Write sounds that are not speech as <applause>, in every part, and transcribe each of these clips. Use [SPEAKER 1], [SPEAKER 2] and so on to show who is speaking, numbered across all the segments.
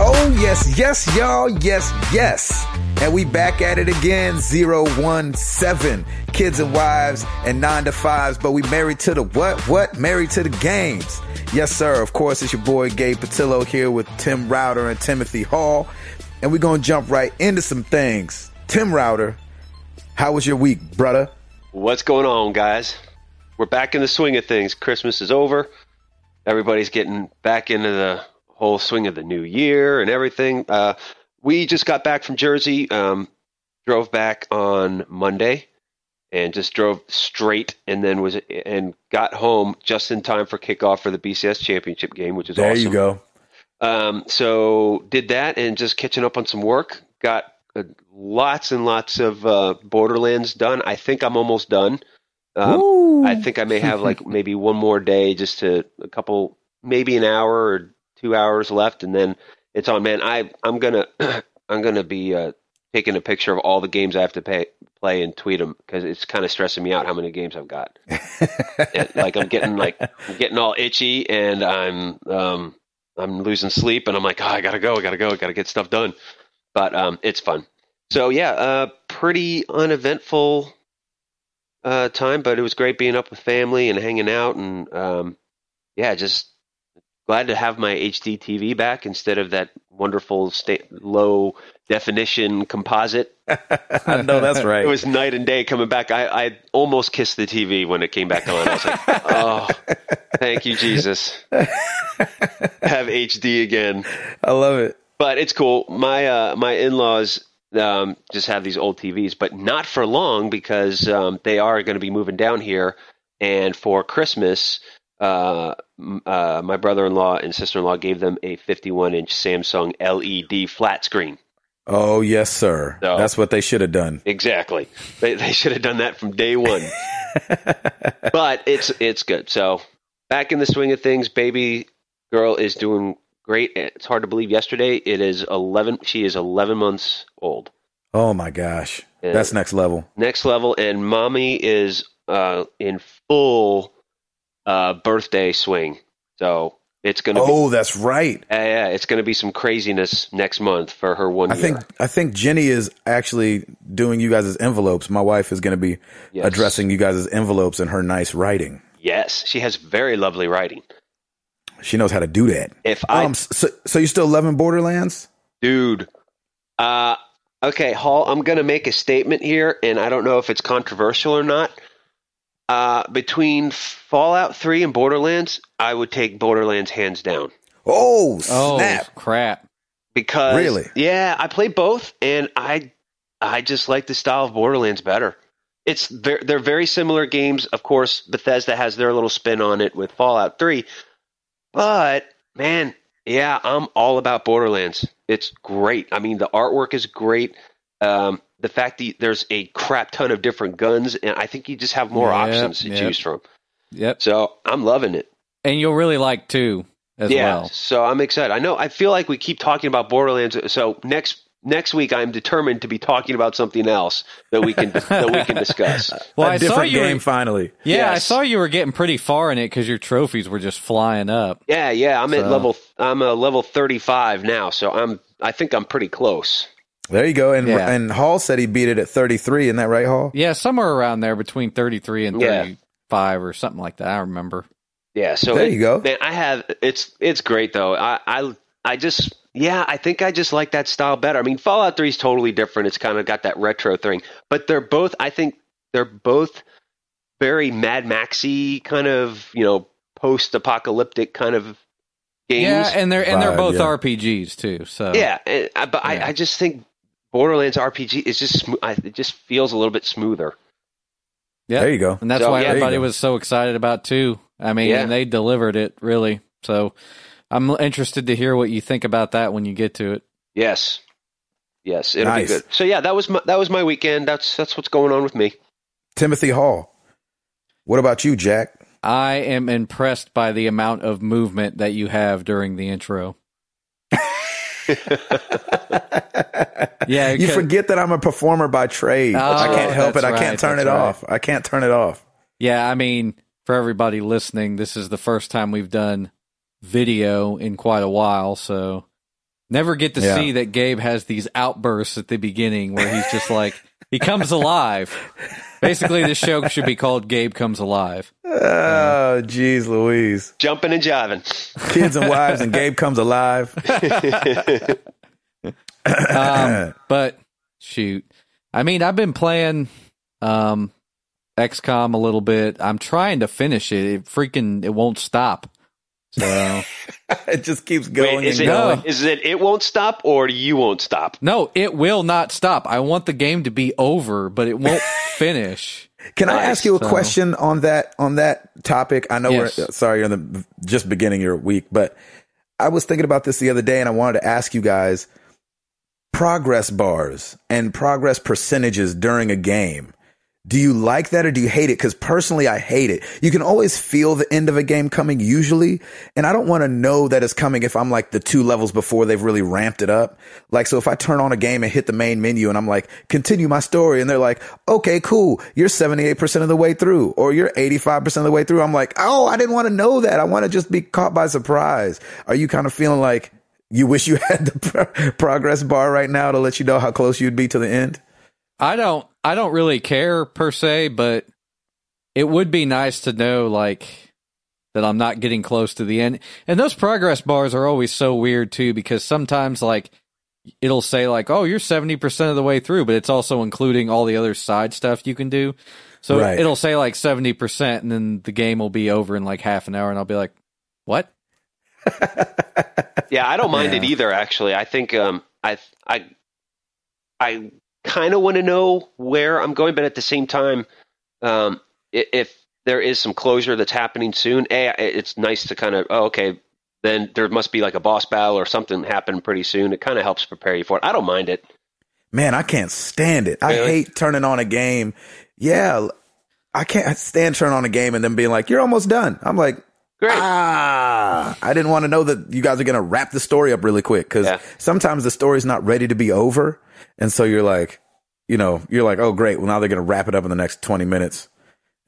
[SPEAKER 1] Oh, Yes, yes, y'all. Yes, yes. And we back at it again. 017. Kids and wives and nine to fives, but we married to the what? What? Married to the games. Yes, sir. Of course, it's your boy Gabe Patillo here with Tim Router and Timothy Hall. And we're going to jump right into some things. Tim Router, how was your week, brother?
[SPEAKER 2] What's going on, guys? We're back in the swing of things. Christmas is over. Everybody's getting back into the whole swing of the new year and everything. Uh, we just got back from Jersey, um, drove back on Monday, and just drove straight, and then was and got home just in time for kickoff for the BCS championship game, which is
[SPEAKER 1] There
[SPEAKER 2] awesome.
[SPEAKER 1] you go.
[SPEAKER 2] Um, so did that, and just catching up on some work. Got uh, lots and lots of uh, Borderlands done. I think I'm almost done. Um,
[SPEAKER 1] Woo. <laughs>
[SPEAKER 2] I think I may have like maybe one more day, just to a couple, maybe an hour or two hours left, and then it's on. Man, I I'm gonna <clears throat> I'm gonna be uh, taking a picture of all the games I have to pay, play and tweet them because it's kind of stressing me out how many games I've got. It- like I'm getting like I'm getting all itchy and I'm um I'm losing sleep and I'm like oh, I gotta go, I gotta go, I gotta get stuff done. But um, it's fun. So yeah, uh, pretty uneventful uh, time, but it was great being up with family and hanging out, and um, yeah, just glad to have my HD TV back instead of that wonderful sta- low definition composite.
[SPEAKER 1] I know that's right.
[SPEAKER 2] It <laughs> was night and day coming back. I, I almost kissed the TV when it came back on. I was like, oh, thank you, Jesus. have HD again
[SPEAKER 1] I love it.
[SPEAKER 2] but it's cool. My uh, my in laws um, just have these old TVs, but not for long because um, they are going to be moving down here. And for Christmas, uh, m- uh, my brother in law and sister in law gave them a 51 inch Samsung LED flat screen.
[SPEAKER 1] Oh, yes, sir.
[SPEAKER 2] No.
[SPEAKER 1] That's what they should have done.
[SPEAKER 2] Exactly. They, they should have done that from day
[SPEAKER 1] <laughs>
[SPEAKER 2] one. but it's it's good. So back in the swing of things, baby girl is doing great. It's hard to believe. Yesterday, it is eleven. She is eleven months old.
[SPEAKER 1] Oh, my gosh.
[SPEAKER 2] Yeah.
[SPEAKER 1] That's next level.
[SPEAKER 2] next level and mommy is uh in full uh birthday swing so it's gonna be
[SPEAKER 1] Oh, that's right.
[SPEAKER 2] yeah, yeah, it's gonna be some craziness next month for her one
[SPEAKER 1] I
[SPEAKER 2] year.
[SPEAKER 1] think I think Jenny is actually doing you guys' envelopes. My wife is going to be
[SPEAKER 2] Yes.
[SPEAKER 1] addressing you guys' envelopes in her nice writing.
[SPEAKER 2] yes she has very lovely writing
[SPEAKER 1] She knows how to do that.
[SPEAKER 2] if i
[SPEAKER 1] um, so, so you still loving Borderlands?
[SPEAKER 2] dude uh okay hall i'm gonna make a statement here and i don't know if it's controversial or not uh between fallout 3 and borderlands i would take borderlands hands down
[SPEAKER 1] Oh
[SPEAKER 3] Oh
[SPEAKER 1] snap!
[SPEAKER 3] crap!
[SPEAKER 2] because
[SPEAKER 1] Really?
[SPEAKER 2] yeah i play both and i i just like the style of borderlands better it's they're, they're very similar games of course bethesda has their little spin on it with fallout 3 but man yeah i'm all about borderlands it's great i mean the artwork is great um, the fact that there's a crap ton of different guns and i think you just have more
[SPEAKER 3] Yep,
[SPEAKER 2] options to
[SPEAKER 3] yep.
[SPEAKER 2] choose from
[SPEAKER 3] Yep,
[SPEAKER 2] so i'm loving it
[SPEAKER 3] and you'll really like two as
[SPEAKER 2] yeah,
[SPEAKER 3] well.
[SPEAKER 2] So I'm excited. I know I feel like we keep talking about Borderlands. So next next week I'm determined to be talking about something else that we can <laughs> that we can discuss.
[SPEAKER 3] Well,
[SPEAKER 1] a
[SPEAKER 3] I saw
[SPEAKER 1] different
[SPEAKER 3] you.
[SPEAKER 1] game
[SPEAKER 3] Were,
[SPEAKER 1] finally.
[SPEAKER 3] yeah, I
[SPEAKER 2] Yes.
[SPEAKER 3] saw you were getting pretty far in it because your trophies were just flying up.
[SPEAKER 2] Yeah, yeah. I'm at
[SPEAKER 3] So-
[SPEAKER 2] level I'm a level 35 now, so I'm I think I'm pretty close.
[SPEAKER 1] There you go. And
[SPEAKER 3] Yeah.
[SPEAKER 1] and Hall said he beat it at thirty three. Isn't that right, Hall?
[SPEAKER 3] Yeah, somewhere around there between thirty three and
[SPEAKER 2] Yeah.
[SPEAKER 3] thirty five or something like that. I remember.
[SPEAKER 2] Yeah. So
[SPEAKER 1] There
[SPEAKER 2] it-
[SPEAKER 1] you go.
[SPEAKER 2] Man, I have it's it's great though. I I I just yeah, I think I just like that style better. I mean, Fallout 3 is totally different. It's kind of got that retro thing, but they're both I think they're both very Mad Maxy kind of, you know, post-apocalyptic kind of games.
[SPEAKER 3] Yeah, and they're and they're
[SPEAKER 1] Vibe,
[SPEAKER 3] both
[SPEAKER 1] yeah.
[SPEAKER 3] RPGs too. So
[SPEAKER 2] Yeah, and, I, but
[SPEAKER 3] Yeah.
[SPEAKER 2] I, I just think Borderlands RPG is just smo- I, it just feels a little bit smoother.
[SPEAKER 3] Yep.
[SPEAKER 1] There you go.
[SPEAKER 3] and that's
[SPEAKER 2] So,
[SPEAKER 3] why
[SPEAKER 2] yeah.
[SPEAKER 3] everybody
[SPEAKER 1] There you go.
[SPEAKER 3] was so excited about two. I mean,
[SPEAKER 2] Yeah.
[SPEAKER 3] and they delivered it really. So I'm interested to hear what you think about that when you get to it.
[SPEAKER 2] Yes. Yes, it'll
[SPEAKER 1] Nice.
[SPEAKER 2] be good. So yeah, that was my, that was my weekend. That's that's what's going on with me.
[SPEAKER 1] Timothy Hall. What about you, Jack?
[SPEAKER 3] I am impressed by the amount of movement that you have during the intro.
[SPEAKER 1] <laughs>
[SPEAKER 3] Yeah,
[SPEAKER 1] you
[SPEAKER 3] okay.
[SPEAKER 1] forget that I'm a performer by trade.
[SPEAKER 3] Oh,
[SPEAKER 1] I can't help it.
[SPEAKER 3] that's
[SPEAKER 1] I can't
[SPEAKER 3] right,
[SPEAKER 1] turn it
[SPEAKER 3] that's right.
[SPEAKER 1] off. I can't turn it off.
[SPEAKER 3] Yeah, I mean, for everybody listening, this is the first time we've done video in quite a while, so Never get to
[SPEAKER 1] Yeah.
[SPEAKER 3] see that Gabe has these outbursts at the beginning where he's just like he comes alive. Basically, this show should be called Gabe Comes Alive.
[SPEAKER 1] Oh, jeez, Louise.
[SPEAKER 2] Jumping and jiving.
[SPEAKER 1] Kids and wives and Gabe comes alive. <laughs>
[SPEAKER 3] Um, but shoot, I mean, I've been playing um, XCOM a little bit. I'm trying to finish it. It freaking it won't stop. So
[SPEAKER 1] it just keeps going
[SPEAKER 2] Wait, is
[SPEAKER 1] and
[SPEAKER 2] it,
[SPEAKER 1] going.
[SPEAKER 2] is it it won't stop or you won't stop?
[SPEAKER 3] no, it will not stop. I want the game to be over, but it won't finish.
[SPEAKER 1] Can I ask you a
[SPEAKER 3] so-
[SPEAKER 1] question on that on that topic? I know
[SPEAKER 3] Yes.
[SPEAKER 1] we're sorry you're in the just beginning your week, but I was thinking about this the other day and I wanted to ask you guys progress bars and progress percentages during a game. Do you like that or do you hate it? Because personally, I hate it. You can always feel the end of a game coming usually. And I don't want to know that it's coming if I'm like the two levels before they've really ramped it up. Like, so if I turn on a game and hit the main menu and I'm like, continue my story. And they're like, okay, cool. You're 78% of the way through or you're 85% of the way through. I'm like, oh, I didn't want to know that. I want to just be caught by surprise. Are you kind of feeling like you wish you <laughs> had the pro- progress bar right now to let you know how close you'd be to the end?
[SPEAKER 3] I don't I don't really care per se, but it would be nice to know like that I'm not getting close to the end. And those progress bars are always so weird too because sometimes like it'll say like, "Oh, you're 70% of the way through," but it's also including all the other side stuff you can do. So
[SPEAKER 1] Right.
[SPEAKER 3] it'll say like 70% and then the game will be over in like half an hour and I'll be like, "What?"
[SPEAKER 2] Yeah, I don't mind
[SPEAKER 1] <laughs>
[SPEAKER 2] it
[SPEAKER 1] Yeah.
[SPEAKER 2] either. Actually, I think um, I I I kind of want to know where I'm going, but at the same time, um, i- if there is some closure that's happening soon, a i- it's nice to kind of oh okay, then there must be like a boss battle or something happen pretty soon. It kind of helps prepare you for it. I don't mind it.
[SPEAKER 1] Man, I can't stand it. I
[SPEAKER 2] Really?
[SPEAKER 1] hate turning on a game. Yeah, I can't stand turning on a game and then being like, "You're almost done." I'm like,
[SPEAKER 2] Great.
[SPEAKER 1] "Ah, I didn't want to know that you guys are gonna wrap the story up really quick because
[SPEAKER 2] Yeah.
[SPEAKER 1] sometimes the story's not ready to be over, and so you're like, you know, you're like, "Oh, great. Well, now they're gonna wrap it up in the next 20 minutes."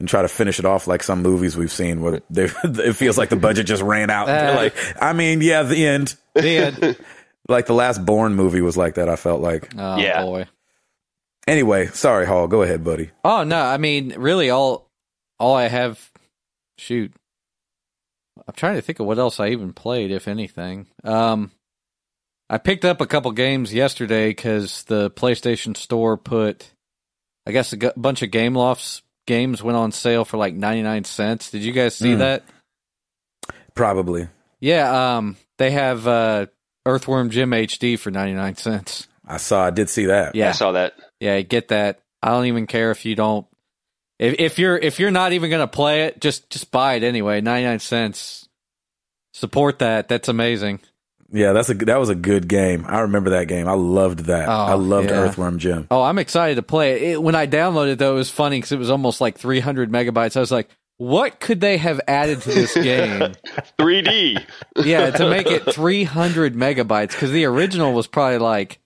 [SPEAKER 1] And try to finish it off like some movies we've seen where they, <laughs> it feels like the budget just ran out. They're
[SPEAKER 3] Uh.
[SPEAKER 1] like, I mean, yeah, the end.
[SPEAKER 3] The end.
[SPEAKER 1] Like the last Born movie was like that. I felt like.
[SPEAKER 3] Oh
[SPEAKER 2] Yeah.
[SPEAKER 3] boy.
[SPEAKER 1] Anyway, sorry, Hall. Go ahead, buddy.
[SPEAKER 3] Oh no, I mean really all all I have shoot. I'm trying to think of what else I even played if anything. Um I picked up a couple games yesterday cuz the PlayStation Store put I guess a g- bunch of Game Lofts games went on sale for like 99 cents. Did you guys see
[SPEAKER 1] Mm.
[SPEAKER 3] that?
[SPEAKER 1] Probably.
[SPEAKER 3] Yeah, um they have uh Earthworm Jim HD for 99 cents.
[SPEAKER 1] I saw. I did see that.
[SPEAKER 3] Yeah.
[SPEAKER 2] I saw that.
[SPEAKER 3] Yeah, get that. I don't even care if you don't. If, if you're if you're not even gonna play it, just just buy it anyway. Ninety nine cents. Support that. That's amazing.
[SPEAKER 1] Yeah, that's a that was a good game. I remember that game. I loved that.
[SPEAKER 3] Oh,
[SPEAKER 1] I loved
[SPEAKER 3] yeah.
[SPEAKER 1] Earthworm Jim.
[SPEAKER 3] Oh, I'm excited to play it. it when I downloaded it, though, it was funny because it was almost like 300 megabytes. I was like, what could they have added to
[SPEAKER 1] <laughs>
[SPEAKER 3] this game?
[SPEAKER 2] 3D.
[SPEAKER 3] yeah, to make it 300 megabytes because the original was probably like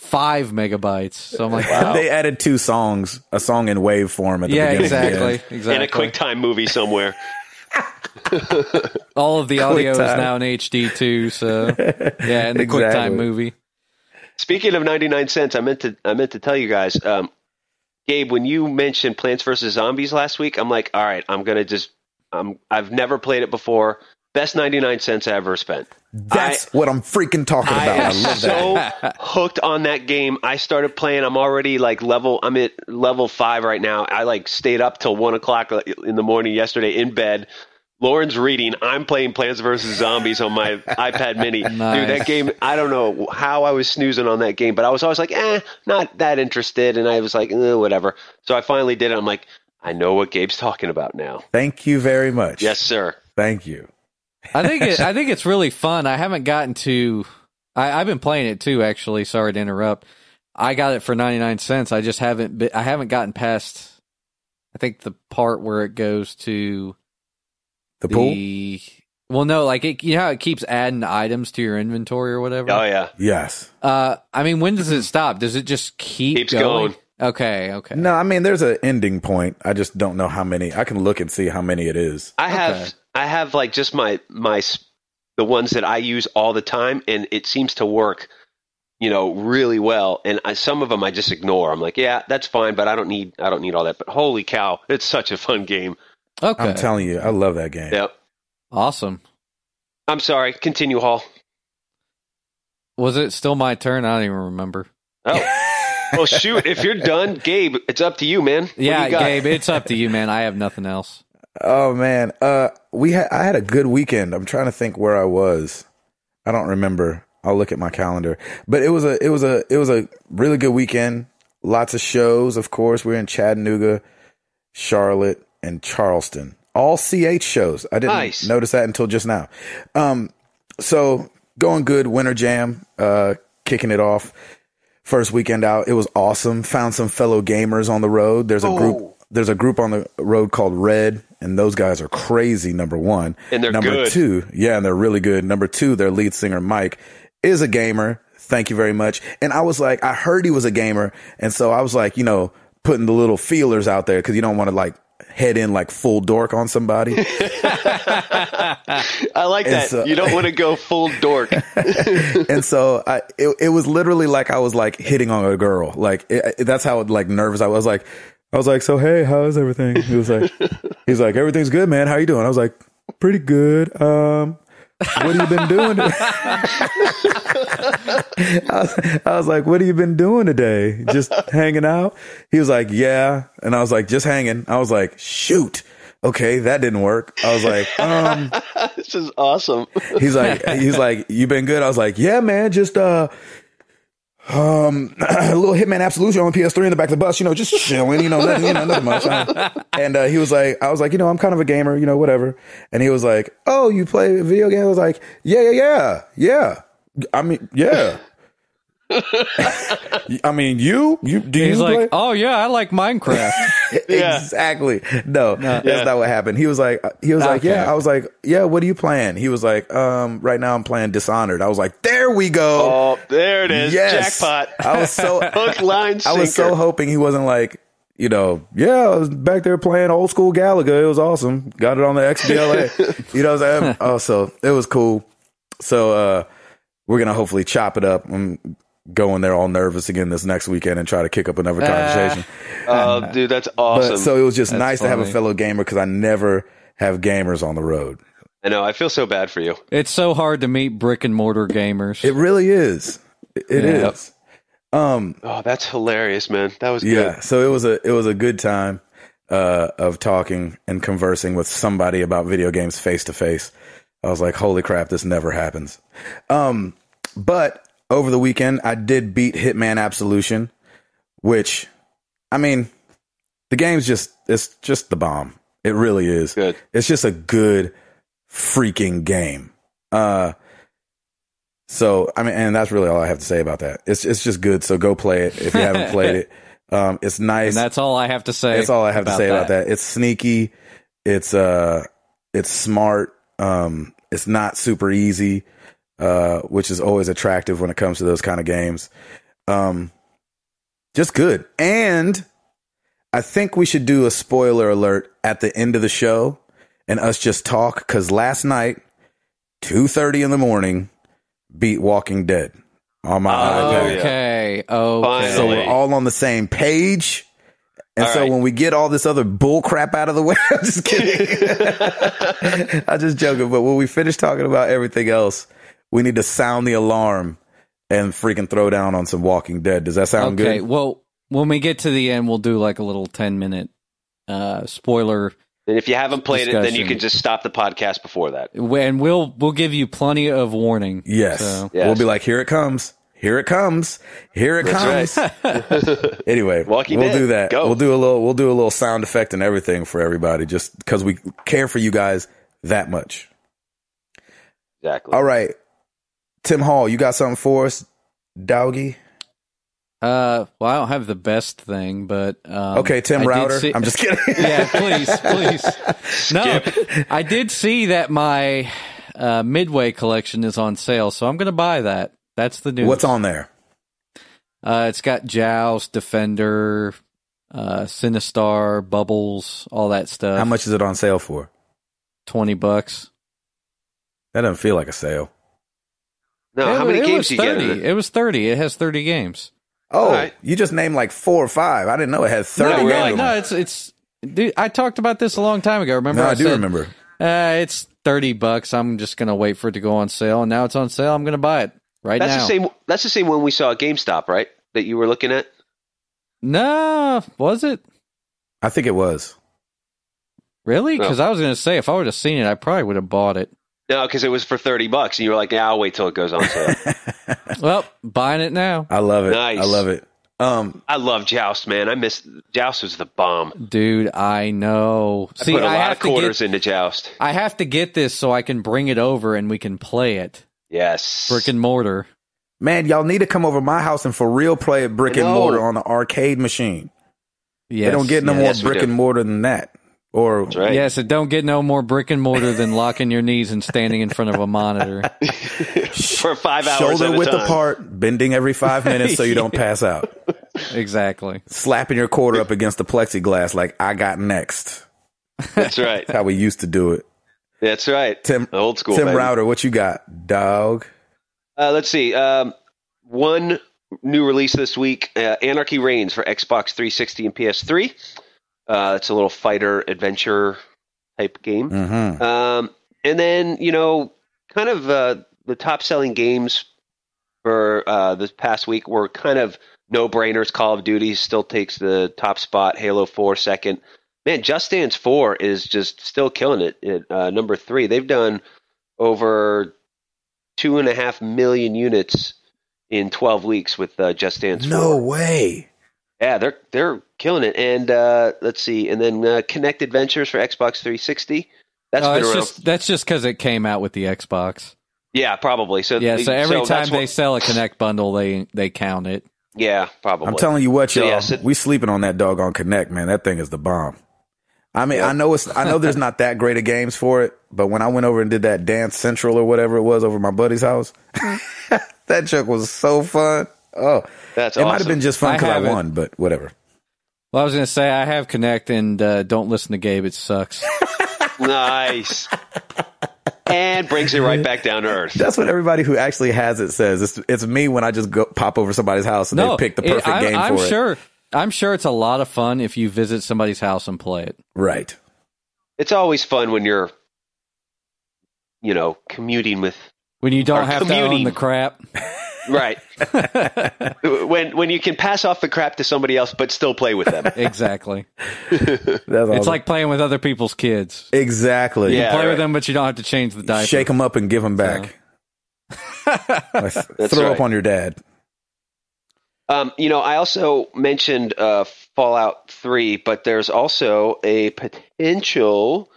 [SPEAKER 3] five megabytes. So I'm like,
[SPEAKER 1] <laughs>
[SPEAKER 3] wow.
[SPEAKER 1] They added two songs, a song in wave form at the
[SPEAKER 3] <laughs> yeah,
[SPEAKER 1] beginning. and the
[SPEAKER 3] exactly,
[SPEAKER 1] end.
[SPEAKER 3] exactly.
[SPEAKER 2] In a QuickTime movie somewhere.
[SPEAKER 3] All of the audio is
[SPEAKER 1] QuickTime.
[SPEAKER 3] now in HD too, so
[SPEAKER 1] <laughs>
[SPEAKER 3] yeah, in the
[SPEAKER 1] Exactly.
[SPEAKER 3] QuickTime movie.
[SPEAKER 2] Speaking of 99 cents, I meant to I meant to tell you guys, um, Gabe, when you mentioned Plants vs Zombies last week, I'm like, all right, I'm gonna just, um, I've never played it before. Best 99 cents I ever spent.
[SPEAKER 1] That's what I'm freaking talking
[SPEAKER 2] I
[SPEAKER 1] about. I
[SPEAKER 2] am
[SPEAKER 1] love that. <laughs>
[SPEAKER 2] so hooked on that game. I started playing. I'm already like level. I'm at level five right now. I like stayed up till one o'clock uh, in the morning yesterday in bed. Lauren's reading. I'm playing Plants vs Zombies on
[SPEAKER 1] <laughs>
[SPEAKER 2] my iPad Mini.
[SPEAKER 3] Nice.
[SPEAKER 2] Dude, that game. I don't know how I was snoozing on that game, but I was always like, eh, not that interested. And I was like, eh, whatever. So I finally did it. I'm like, I know what Gabe's talking about now.
[SPEAKER 1] Thank you very much.
[SPEAKER 2] Yes, sir.
[SPEAKER 1] Thank you.
[SPEAKER 3] I think it, I think it's really fun. I haven't gotten to. I, I've been playing it too. Actually, sorry to interrupt. I got it for ninety nine cents. I just haven't. Be, I haven't gotten past. I think the part where it goes to
[SPEAKER 1] The, pool.
[SPEAKER 3] the- well, no, like it. You know how it keeps adding items to your inventory or whatever.
[SPEAKER 2] Oh yeah.
[SPEAKER 1] Yes.
[SPEAKER 3] Uh, I mean, when does it stop? Does it just keep
[SPEAKER 2] Keeps going.
[SPEAKER 3] Okay, okay.
[SPEAKER 1] No, I mean there's an ending point. I just don't know how many. I can look and see how many it is.
[SPEAKER 2] I have
[SPEAKER 3] Okay.
[SPEAKER 2] I have like just my my s- the ones that I use all the time, and it seems to work, you know, really well. And I, some of them I just ignore. I'm like, yeah, that's fine, but I don't need I don't need all that. But holy cow, <laughs> it's such a fun game.
[SPEAKER 3] Okay.
[SPEAKER 1] I'm telling you, I love that game.
[SPEAKER 2] Yep.
[SPEAKER 3] awesome.
[SPEAKER 2] I'm sorry. Continue, Hall.
[SPEAKER 3] Was it still my turn? I don't even remember.
[SPEAKER 1] <laughs>
[SPEAKER 2] Oh, well, shoot. If you're done, Gabe, it's up to you, man. What do
[SPEAKER 3] yeah,
[SPEAKER 2] you got?
[SPEAKER 3] Gabe, it's up to you, man. I have nothing else.
[SPEAKER 1] Oh man, uh, we had I had a good weekend. I'm trying to think where I was. I don't remember. I'll look at my calendar. But it was a it was a it was a really good weekend. Lots of shows, of course. We're in Chattanooga, Charlotte, and Charleston. All CH shows. I didn't
[SPEAKER 2] Nice.
[SPEAKER 1] notice that until just now. Um, so going good. Winter Jam, uh, kicking it off. First weekend out, it was awesome. Found some fellow gamers on the road. There's a
[SPEAKER 2] Oh.
[SPEAKER 1] group. There's a group on the road called Red, and those guys are crazy. Number one,
[SPEAKER 2] And they're
[SPEAKER 1] number
[SPEAKER 2] good.
[SPEAKER 1] two, yeah, and they're really good. Number two, their lead singer Mike is a gamer. Thank you very much. And I was like, I heard he was a gamer, and so I was like, you know, putting the little feelers out there because you don't want to like head in like full dork on
[SPEAKER 2] <laughs>
[SPEAKER 1] somebody.
[SPEAKER 2] I like
[SPEAKER 1] And
[SPEAKER 2] that.
[SPEAKER 1] so-
[SPEAKER 2] you don't want
[SPEAKER 1] <laughs>
[SPEAKER 2] to go full dork. <laughs>
[SPEAKER 1] and so I, it, it was literally like I was like hitting on a girl. Like it, it- that's how like nervous I was. Like I was like, so hey, how is everything? He was like, he's like, everything's good, man. How you doing? I was like, pretty good. Um, what have you been doing? <laughs> I, was, I was like, what have you been doing today? Just hanging out? He was like, yeah. And I was like, just hanging. I was like, shoot. Okay, that didn't work. I was like, um,
[SPEAKER 2] this is awesome.
[SPEAKER 1] He's like, he's like, you been good? I was like, yeah, man, just uh, um, <clears throat> a little Hitman Absolution on PS3 in the back of the bus, you know, just chilling, you know, nothing, you know, nothing much. huh? And uh, he was like, I was like, you know, I'm kind of a gamer, you know, whatever. And he was like, oh, you play video games? I was like, yeah, yeah, yeah, yeah. I mean, yeah. <laughs> I mean, you, you, do
[SPEAKER 3] <laughs> He's
[SPEAKER 1] you
[SPEAKER 3] like,
[SPEAKER 1] play?
[SPEAKER 3] oh yeah, I like
[SPEAKER 1] <laughs>
[SPEAKER 3] Minecraft.
[SPEAKER 2] Yeah.
[SPEAKER 1] exactly. No, that's
[SPEAKER 2] Yeah.
[SPEAKER 1] not what happened. He was like, he was like,
[SPEAKER 3] Okay.
[SPEAKER 1] yeah. I was like, yeah. What are you playing? He was like, um, right now I'm playing Dishonored. I was like, there we go.
[SPEAKER 2] Oh, there it is.
[SPEAKER 1] yes,
[SPEAKER 2] Jackpot.
[SPEAKER 1] I was
[SPEAKER 2] <laughs>
[SPEAKER 1] so,
[SPEAKER 2] Hook, line,
[SPEAKER 1] I
[SPEAKER 2] sinker.
[SPEAKER 1] was so hoping he wasn't like, you know, yeah. I was back there playing old school Galaga. It was awesome. Got it on the
[SPEAKER 2] <laughs>
[SPEAKER 1] XBLA. you know, what I'm saying? oh, so it was cool. So uh, we're gonna hopefully chop it up. I'm going there all nervous again this next weekend and try to kick up another
[SPEAKER 2] Ah.
[SPEAKER 1] conversation.
[SPEAKER 2] Oh, dude, that's awesome.
[SPEAKER 1] But so it was just nice to have a
[SPEAKER 3] funny.
[SPEAKER 1] fellow gamer because I never have gamers on the road.
[SPEAKER 2] I know. I feel so bad for you.
[SPEAKER 3] it's so hard to meet brick and mortar gamers.
[SPEAKER 1] It really is. It it is.
[SPEAKER 3] Yeah.
[SPEAKER 1] Um.
[SPEAKER 2] Oh, that's hilarious, man. That was
[SPEAKER 1] Yeah. So it was a it was a good time uh, of talking and conversing with somebody about video games face to face. I was like, holy crap, this never happens. Um. But over the weekend, I did beat Hitman Absolution, which, I mean, the game's just it's just the bomb. It really is.
[SPEAKER 2] good. Good.
[SPEAKER 1] It's just a good freaking game. Uh so I mean and that's really all I have to say about that. It's it's just good, so go play it if you haven't played it. Um it's nice.
[SPEAKER 3] and that's all I have to say.
[SPEAKER 1] That's all I have to say about that. It's sneaky. It's uh it's smart. Um it's not super easy, uh, which is always attractive when it comes to those kind of games. Um just good. And I think we should do a spoiler alert at the end of the show and us just talk because last night, two thirty in the morning, beat Walking Dead on my
[SPEAKER 2] Oh,
[SPEAKER 1] iPad.
[SPEAKER 2] yeah.
[SPEAKER 3] Okay. Okay.
[SPEAKER 1] So we're
[SPEAKER 2] Finally.
[SPEAKER 1] all on the same page. And
[SPEAKER 2] All
[SPEAKER 1] so
[SPEAKER 2] right.
[SPEAKER 1] when we get all this other bull crap out of the way, <laughs> I'm just <laughs> kidding. I'm just joking. But when we finish talking about everything else, we need to sound the alarm and freaking throw down on some Walking Dead. Does that sound
[SPEAKER 3] okay.
[SPEAKER 1] good?
[SPEAKER 3] Well, when we get to the end, we'll do like a little ten minute uh, spoiler,
[SPEAKER 2] And if you haven't played it, then you
[SPEAKER 3] Discussion.
[SPEAKER 2] can just stop the podcast
[SPEAKER 1] <laughs>
[SPEAKER 2] before that.
[SPEAKER 3] and we'll we'll give you plenty of warning.
[SPEAKER 1] Yes.
[SPEAKER 3] So-
[SPEAKER 2] Yes.
[SPEAKER 1] We'll be like, here it comes. Here it comes. Here it
[SPEAKER 2] That's
[SPEAKER 1] comes. anyway,
[SPEAKER 2] <laughs> Walking
[SPEAKER 1] we'll
[SPEAKER 2] Dead.
[SPEAKER 1] do that.
[SPEAKER 2] Go.
[SPEAKER 1] We'll do a little we'll do a little sound effect and everything for everybody just because we care for you guys that much.
[SPEAKER 2] Exactly.
[SPEAKER 1] All right. Tim Hall, you got something for us? Doggy?
[SPEAKER 3] Uh, well, I don't have the best thing, but um,
[SPEAKER 1] Okay, Tim
[SPEAKER 3] I did
[SPEAKER 1] Router.
[SPEAKER 3] see-
[SPEAKER 1] I'm
[SPEAKER 3] <laughs>
[SPEAKER 1] just kidding. <laughs>
[SPEAKER 3] yeah, please, please. No, <laughs> I did see that my uh, Midway collection is on sale, so I'm going to buy that. That's the new.
[SPEAKER 1] What's on there?
[SPEAKER 3] Uh, it's got Joust, Defender, uh, Sinistar, Uh, Bubbles, all that stuff.
[SPEAKER 1] How much is it on sale for?
[SPEAKER 3] Twenty bucks.
[SPEAKER 1] That doesn't feel like a sale.
[SPEAKER 2] No,
[SPEAKER 3] It
[SPEAKER 2] how
[SPEAKER 3] wa-
[SPEAKER 2] many
[SPEAKER 3] it
[SPEAKER 2] games
[SPEAKER 3] was
[SPEAKER 2] do you get? in
[SPEAKER 3] 30.
[SPEAKER 2] it?
[SPEAKER 3] It was 30. It has 30 games.
[SPEAKER 1] Oh,
[SPEAKER 2] Alright.
[SPEAKER 1] you just named like four or five. I didn't know it had
[SPEAKER 3] no,
[SPEAKER 1] thirty.
[SPEAKER 2] we're
[SPEAKER 1] games
[SPEAKER 2] like,
[SPEAKER 1] on
[SPEAKER 3] no,
[SPEAKER 1] it.
[SPEAKER 3] it's it's. Dude, I talked about this a long time ago. Remember?
[SPEAKER 1] No, I,
[SPEAKER 3] I,
[SPEAKER 1] do
[SPEAKER 3] said,
[SPEAKER 1] remember.
[SPEAKER 3] Uh, it's thirty bucks. I'm just gonna wait for it to go on sale, and now it's on sale. I'm gonna buy it right
[SPEAKER 2] That's
[SPEAKER 3] now.
[SPEAKER 2] the same. That's the same one we saw at GameStop, right? That you were looking at.
[SPEAKER 3] No, was it
[SPEAKER 1] I think it was. <laughs>
[SPEAKER 3] really?
[SPEAKER 2] No.
[SPEAKER 3] Because I was gonna say if I would have seen it, I probably would have
[SPEAKER 2] <laughs>
[SPEAKER 3] bought it.
[SPEAKER 2] No, because it was for thirty bucks, and you were like, "Yeah, I'll wait till it goes on
[SPEAKER 1] <laughs>
[SPEAKER 2] sale."
[SPEAKER 3] Well, buying it now,
[SPEAKER 1] I love it.
[SPEAKER 2] Nice.
[SPEAKER 1] I love it. Um,
[SPEAKER 2] I love Joust, man. I miss Joust was the bomb.
[SPEAKER 3] dude. I know.
[SPEAKER 2] I
[SPEAKER 3] See,
[SPEAKER 2] put a
[SPEAKER 3] I
[SPEAKER 2] lot
[SPEAKER 3] have
[SPEAKER 2] of quarters
[SPEAKER 3] to get.
[SPEAKER 2] into Joust.
[SPEAKER 3] I have to get this so I can bring it over and we can play it
[SPEAKER 2] Yes,
[SPEAKER 3] brick and mortar.
[SPEAKER 1] man, y'all need to come over to my house and for real play at brick and
[SPEAKER 2] I know.
[SPEAKER 1] mortar on the arcade machine.
[SPEAKER 3] Yes,
[SPEAKER 1] they don't get no
[SPEAKER 3] yes.
[SPEAKER 1] more
[SPEAKER 2] Yes, we
[SPEAKER 1] brick
[SPEAKER 2] do.
[SPEAKER 1] and mortar than that. Or
[SPEAKER 2] That's right.
[SPEAKER 3] Yes, it don't get no more brick and mortar than locking your knees and standing in front of
[SPEAKER 2] <laughs>
[SPEAKER 3] a monitor.
[SPEAKER 2] <laughs> for five hours.
[SPEAKER 1] shoulder
[SPEAKER 2] at a
[SPEAKER 1] width
[SPEAKER 2] time.
[SPEAKER 1] apart, bending every five minutes so
[SPEAKER 3] <laughs>
[SPEAKER 1] you don't pass out.
[SPEAKER 3] Exactly.
[SPEAKER 1] Slapping your quarter up against the plexiglass like I got next.
[SPEAKER 2] That's right.
[SPEAKER 1] That's how we used to do it.
[SPEAKER 2] That's right.
[SPEAKER 1] Tim
[SPEAKER 2] The old school.
[SPEAKER 1] Tim
[SPEAKER 2] baby.
[SPEAKER 1] Router, what you got, dog?
[SPEAKER 2] Uh, let's see. Um, one new release this week: uh, Anarchy Reigns for Xbox 360 and PS3. Uh, it's a little fighter adventure type game.
[SPEAKER 1] Mm-hmm.
[SPEAKER 2] Um, and then you know, kind of uh, the top selling games for uh, this past week were kind of no brainers. Call of Duty still takes the top spot. Halo Four second. Man, Just Dance Four is just still killing it. At, uh, number three, they've done over two and a half million units in twelve weeks with uh, Just Dance Four.
[SPEAKER 1] No way.
[SPEAKER 2] Yeah, they're they're killing it. And uh, let's see, and then uh, Connect Adventures for Xbox 360. That's
[SPEAKER 3] Oh,
[SPEAKER 2] been
[SPEAKER 3] it's
[SPEAKER 2] around.
[SPEAKER 3] just that's just because it came out with the Xbox.
[SPEAKER 2] Yeah, probably. So
[SPEAKER 3] Yeah, so every time
[SPEAKER 2] that's
[SPEAKER 3] they
[SPEAKER 2] what-
[SPEAKER 3] sell a Connect bundle, they they count it.
[SPEAKER 2] yeah, probably.
[SPEAKER 1] I'm telling you what,
[SPEAKER 2] So,
[SPEAKER 1] y'all.
[SPEAKER 2] yeah, so-
[SPEAKER 1] we sleeping on that dog on Connect, man. That thing is the bomb. I mean,
[SPEAKER 2] Yeah.
[SPEAKER 1] I know it's I know there's not that great of games for it, but when I went over and did that Dance Central or whatever it was over my buddy's house, <laughs> that joke was so fun. Oh,
[SPEAKER 2] that's
[SPEAKER 1] it
[SPEAKER 2] awesome.
[SPEAKER 1] might have been just fun
[SPEAKER 3] I
[SPEAKER 1] because I,
[SPEAKER 3] haven't.
[SPEAKER 1] won, but whatever.
[SPEAKER 3] Well, I was gonna say I have Connect and uh, don't listen to Gabe. It sucks.
[SPEAKER 2] <laughs> nice. and brings it right back down to earth.
[SPEAKER 1] That's what everybody who actually has it says. It's it's me when I just go pop over somebody's house and
[SPEAKER 3] no,
[SPEAKER 1] they pick the
[SPEAKER 3] it-
[SPEAKER 1] perfect
[SPEAKER 3] I'm,
[SPEAKER 1] game
[SPEAKER 3] I'm
[SPEAKER 1] for it.
[SPEAKER 3] sure. I'm sure it's a lot of fun if you visit somebody's house and play it.
[SPEAKER 1] Right.
[SPEAKER 2] It's always fun when you're, you know, commuting with
[SPEAKER 3] When you don't
[SPEAKER 2] Or
[SPEAKER 3] have to own
[SPEAKER 2] commuting. <laughs>
[SPEAKER 3] the crap. <laughs>
[SPEAKER 2] right. when when you can pass off the crap to somebody else but still play with them.
[SPEAKER 3] Exactly.
[SPEAKER 1] That's
[SPEAKER 3] it's
[SPEAKER 1] awesome.
[SPEAKER 3] like playing with other people's kids.
[SPEAKER 1] exactly.
[SPEAKER 2] Yeah,
[SPEAKER 3] play with
[SPEAKER 2] right.
[SPEAKER 3] them, but you don't have to change the diaper.
[SPEAKER 1] Shake them up and give them
[SPEAKER 3] <laughs>
[SPEAKER 1] back. Like, throw up
[SPEAKER 2] right.
[SPEAKER 1] on your dad.
[SPEAKER 2] Um, you know, I also mentioned uh, Fallout 3, but there's also a potential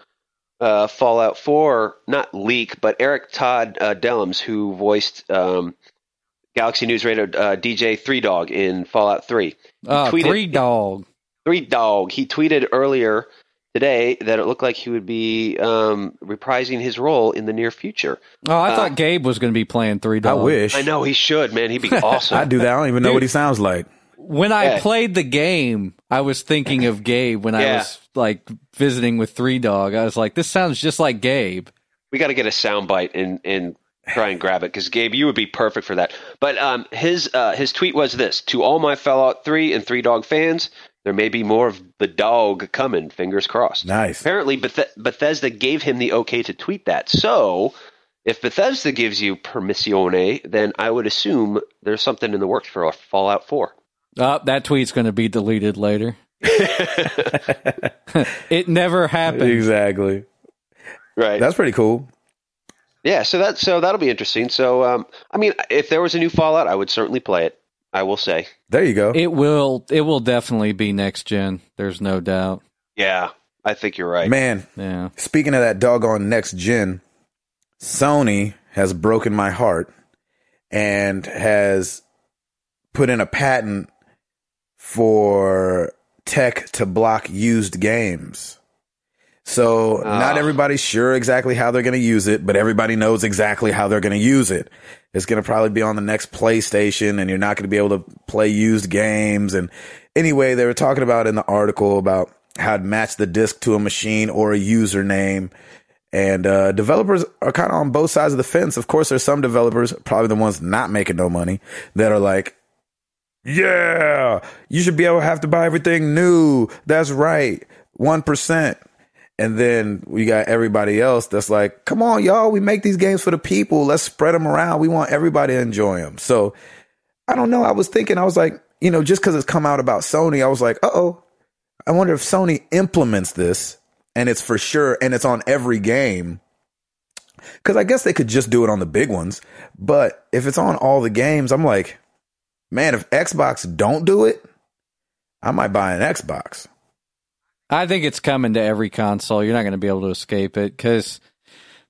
[SPEAKER 2] uh, Fallout 4, not leak, but Eric Todd uh, Dellums, who voiced um, Galaxy News Radio uh, DJ Three Dog in Fallout 3. <laughs>
[SPEAKER 3] Uh,
[SPEAKER 2] tweeted-
[SPEAKER 3] three dog.
[SPEAKER 2] Three Dog, he tweeted earlier today that it looked like he would be um, reprising his role in the near future.
[SPEAKER 3] Oh, I
[SPEAKER 2] Uh,
[SPEAKER 3] thought Gabe was going to be playing three dog.
[SPEAKER 1] I wish.
[SPEAKER 2] I know he should, man. He'd be
[SPEAKER 1] <laughs>
[SPEAKER 2] awesome.
[SPEAKER 1] I do that. I don't even know
[SPEAKER 3] Dude.
[SPEAKER 1] what he sounds like.
[SPEAKER 3] When I
[SPEAKER 2] Yeah.
[SPEAKER 3] played the game, I was thinking of Gabe when I
[SPEAKER 2] Yeah.
[SPEAKER 3] was like visiting with Three Dog. I was like, this sounds just like Gabe.
[SPEAKER 2] we got to get a soundbite and and try and grab it because Gabe, you would be perfect for that. But um, his uh, his tweet was this: to all my Fallout Three and Three Dog fans, there may be more of the dog coming. Fingers crossed.
[SPEAKER 1] Nice.
[SPEAKER 2] Apparently, Bethe- Bethesda gave him the okay to tweet that. So. If Bethesda gives you permissione, then I would assume there's something in the works for a Fallout 4.
[SPEAKER 3] Oh, that tweet's going to be deleted later.
[SPEAKER 2] <laughs>
[SPEAKER 3] <laughs> it never happened.
[SPEAKER 1] Exactly.
[SPEAKER 2] Right.
[SPEAKER 1] That's pretty cool.
[SPEAKER 2] yeah, so that so that'll be interesting. So um, I mean, if there was a new Fallout, I would certainly play it. I will say.
[SPEAKER 1] There you go.
[SPEAKER 3] It will. It will definitely be next gen. There's no doubt.
[SPEAKER 2] Yeah, I think you're right.
[SPEAKER 1] Man,
[SPEAKER 3] Yeah.
[SPEAKER 1] speaking of that doggone next gen, Sony has broken my heart and has put in a patent for tech to block used games. So not
[SPEAKER 2] Ah.
[SPEAKER 1] everybody's sure exactly how they're going to use it, but everybody knows exactly how they're going to use it. It's going to probably be on the next PlayStation and you're not going to be able to play used games. And anyway, they were talking about in the article about how to match the disc to a machine or a username And uh, developers are kind of on both sides of the fence. Of course, there's some developers, probably the ones not making no money, that are like, yeah, you should be able to have to buy everything new. That's right, 1%. And then we got everybody else that's like, come on, y'all, we make these games for the people. Let's spread them around. We want everybody to enjoy them. So I don't know. I was thinking, I was like, you know, just because it's come out about Sony, I was like, uh oh, I wonder if Sony implements this and it's for sure and it's on every game. Because I guess they could just do it on the big ones. But if it's on all the games, I'm like, man, if Xbox don't do it, I might buy an Xbox.
[SPEAKER 3] I think it's coming to every console. You're not going to be able to escape it because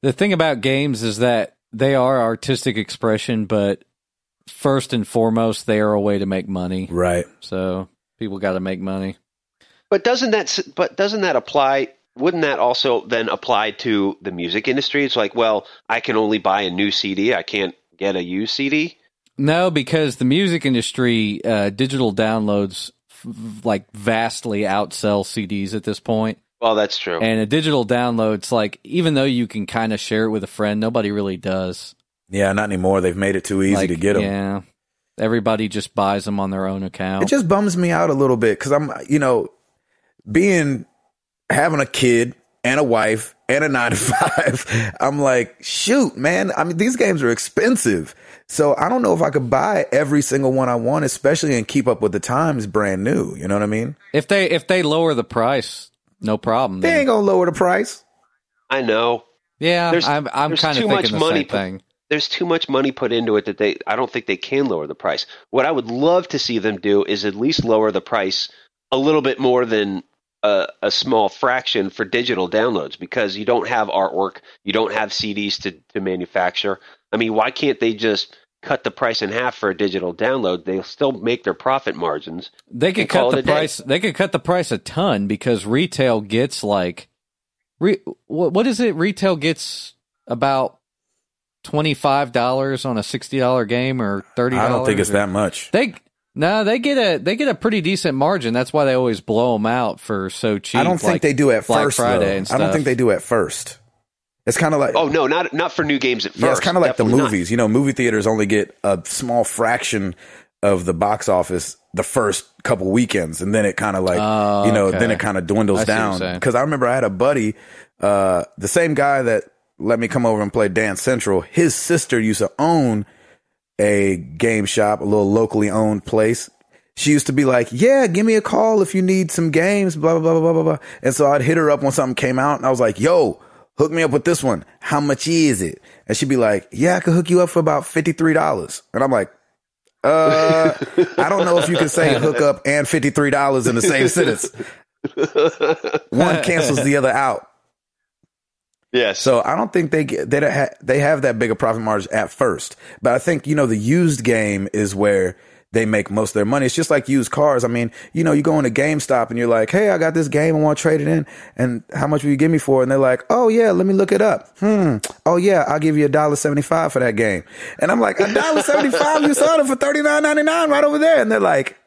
[SPEAKER 3] the thing about games is that they are artistic expression, but first and foremost, they are a way to make money.
[SPEAKER 1] Right.
[SPEAKER 3] So people got to make money.
[SPEAKER 2] But doesn't that s- but doesn't that apply? Wouldn't that also then apply to the music industry? It's like, well, I can only buy a new CD. I can't get a used CD.
[SPEAKER 3] No, because the music industry, uh, digital downloads f- like vastly outsell CDs at this point.
[SPEAKER 2] Well, that's true.
[SPEAKER 3] And a digital download's like, even though you can kind of share it with a friend, nobody really does.
[SPEAKER 1] Yeah, not anymore. They've made it too easy
[SPEAKER 3] Like,
[SPEAKER 1] to get them.
[SPEAKER 3] Yeah. Everybody just buys them on their own account.
[SPEAKER 1] It just bums me out a little bit because I'm, you know, being having a kid and a wife and a <laughs> nine to five. I'm like, shoot, man. I mean, these games are expensive, so I don't know if I could buy every single one I want, especially and keep up with the times, brand new. You know what I mean?
[SPEAKER 3] if they if they lower the price, no problem.
[SPEAKER 1] They
[SPEAKER 3] then.
[SPEAKER 1] ain't gonna lower the price.
[SPEAKER 2] I know
[SPEAKER 3] Yeah,
[SPEAKER 2] There's-
[SPEAKER 3] I'm I'm
[SPEAKER 2] there's
[SPEAKER 3] kind of
[SPEAKER 2] too
[SPEAKER 3] thinking
[SPEAKER 2] much
[SPEAKER 3] the
[SPEAKER 2] money
[SPEAKER 3] same
[SPEAKER 2] put-
[SPEAKER 3] thing.
[SPEAKER 2] there's too much money put into it that they I don't think they can lower the price. What I would love to see them do is at least lower the price a little bit more than a, a small fraction for digital downloads because you don't have artwork, you don't have CDs to, to manufacture. I mean, why can't they just cut the price in half for a digital download? They'll still make their profit margins.
[SPEAKER 3] They could
[SPEAKER 2] and call
[SPEAKER 3] cut the
[SPEAKER 2] it a day.
[SPEAKER 3] price. They could cut the price a ton because retail gets like, re, what what is it? Retail gets about twenty five dollars on a sixty dollar game or thirty.
[SPEAKER 1] I don't think it's that much.
[SPEAKER 3] They no, they get a they get a pretty decent margin. That's why they always blow them out for so cheap.
[SPEAKER 1] I don't think
[SPEAKER 3] like-
[SPEAKER 1] they do at
[SPEAKER 3] Black
[SPEAKER 1] first.
[SPEAKER 3] Friday
[SPEAKER 1] though.
[SPEAKER 3] and
[SPEAKER 1] I don't
[SPEAKER 3] stuff.
[SPEAKER 1] think they do at first. It's kind of like
[SPEAKER 2] Oh no, not not for new games at first.
[SPEAKER 1] Yeah, it's kind of like the
[SPEAKER 2] Definitely not.
[SPEAKER 1] movies. You know, movie theaters only get a small fraction of the box office the first couple weekends, and then it kind of like
[SPEAKER 3] Oh,
[SPEAKER 1] you know,
[SPEAKER 3] okay.
[SPEAKER 1] then it kind of dwindles
[SPEAKER 3] I see what you're
[SPEAKER 1] down.
[SPEAKER 3] saying.
[SPEAKER 1] Because I remember I had a buddy, uh, the same guy that let me come over and play Dance Central. His sister used to own a game shop, a little locally owned place. She used to be like, "Yeah, give me a call if you need some games." Blah blah blah blah blah blah. And so I'd hit her up when something came out, and I was like, "Yo, hook me up with this one. How much is it?" And she'd be like, "Yeah, I could hook you up for about fifty three dollars." And I'm like, "Uh, I don't know if you can
[SPEAKER 3] <laughs>
[SPEAKER 1] say hook up and fifty three dollars in the same sentence. One cancels the other out."
[SPEAKER 2] Yes.
[SPEAKER 1] So I don't think they get, they don't ha- they have that big a profit margin at first, but I think you know the used game is where they make most of their money. It's just like used cars. I mean, you know, you go into GameStop and you're like, "Hey, I got this game. I want to trade it in, and how much will you give me for?" it? And they're like, "Oh yeah, let me look it up." Hmm. Oh yeah, I'll give you a dollar seventy five for that game. And I'm like, "A dollar seventy five? You sold it for thirty nine ninety nine right over there." And they're like,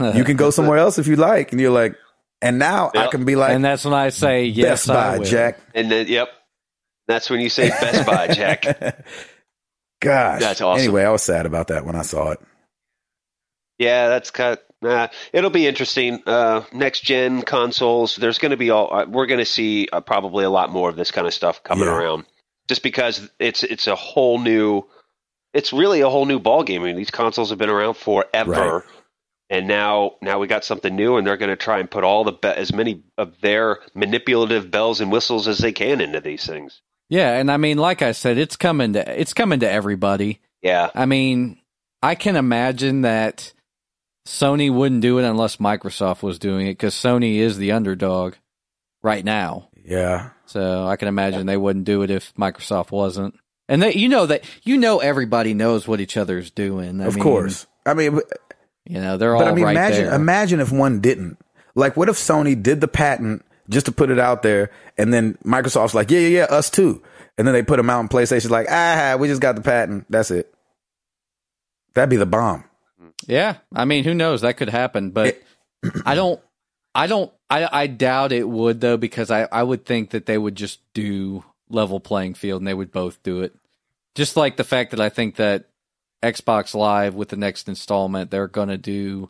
[SPEAKER 1] "You can go somewhere else if you like." And you're like, "And now I
[SPEAKER 2] Yep.
[SPEAKER 1] can be like,
[SPEAKER 3] and that's when I say yes,
[SPEAKER 1] Best Buy,
[SPEAKER 3] I will.
[SPEAKER 1] Jack."
[SPEAKER 2] and then yep. That's when you say Best
[SPEAKER 1] <laughs>
[SPEAKER 2] Buy, Jack.
[SPEAKER 1] Gosh.
[SPEAKER 2] That's awesome.
[SPEAKER 1] Anyway, I was sad about that when I saw it.
[SPEAKER 2] Yeah, that's kind of, nah, it'll be interesting. Uh, next gen consoles, there's going to be all uh, we're going to see uh, probably a lot more of this kind of stuff coming
[SPEAKER 1] Yeah.
[SPEAKER 2] around, just because it's it's a whole new, it's really a whole new ball game. I mean, these consoles have been around forever,
[SPEAKER 1] Right.
[SPEAKER 2] and now now we got something new, and they're going to try and put all the be- as many of their manipulative bells and whistles as they can into these things.
[SPEAKER 3] Yeah, and I mean, like I said, it's coming to it's coming to everybody.
[SPEAKER 2] Yeah,
[SPEAKER 3] I mean, I can imagine that Sony wouldn't do it unless Microsoft was doing it because Sony is the underdog right now.
[SPEAKER 1] Yeah.
[SPEAKER 3] So I can imagine they wouldn't do it if Microsoft wasn't. And they, you know that you know everybody knows what each other's doing. I
[SPEAKER 1] of
[SPEAKER 3] mean,
[SPEAKER 1] course. I mean, but,
[SPEAKER 3] you know they're all
[SPEAKER 1] but
[SPEAKER 3] right
[SPEAKER 1] I mean, imagine
[SPEAKER 3] there.
[SPEAKER 1] imagine if one didn't. Like, what if Sony did the patent just to put it out there, and then Microsoft's like, yeah, yeah, yeah, us too. And then they put them out in PlayStation's like, ah, we just got the patent. That's it. That'd be the bomb.
[SPEAKER 3] Yeah, I mean, who knows? That could happen, but I don't, I don't, I, I doubt it would though, because I, I would think that they would just do level playing field, and they would both do it. Just like the fact that I think that Xbox Live with the next installment, they're going to do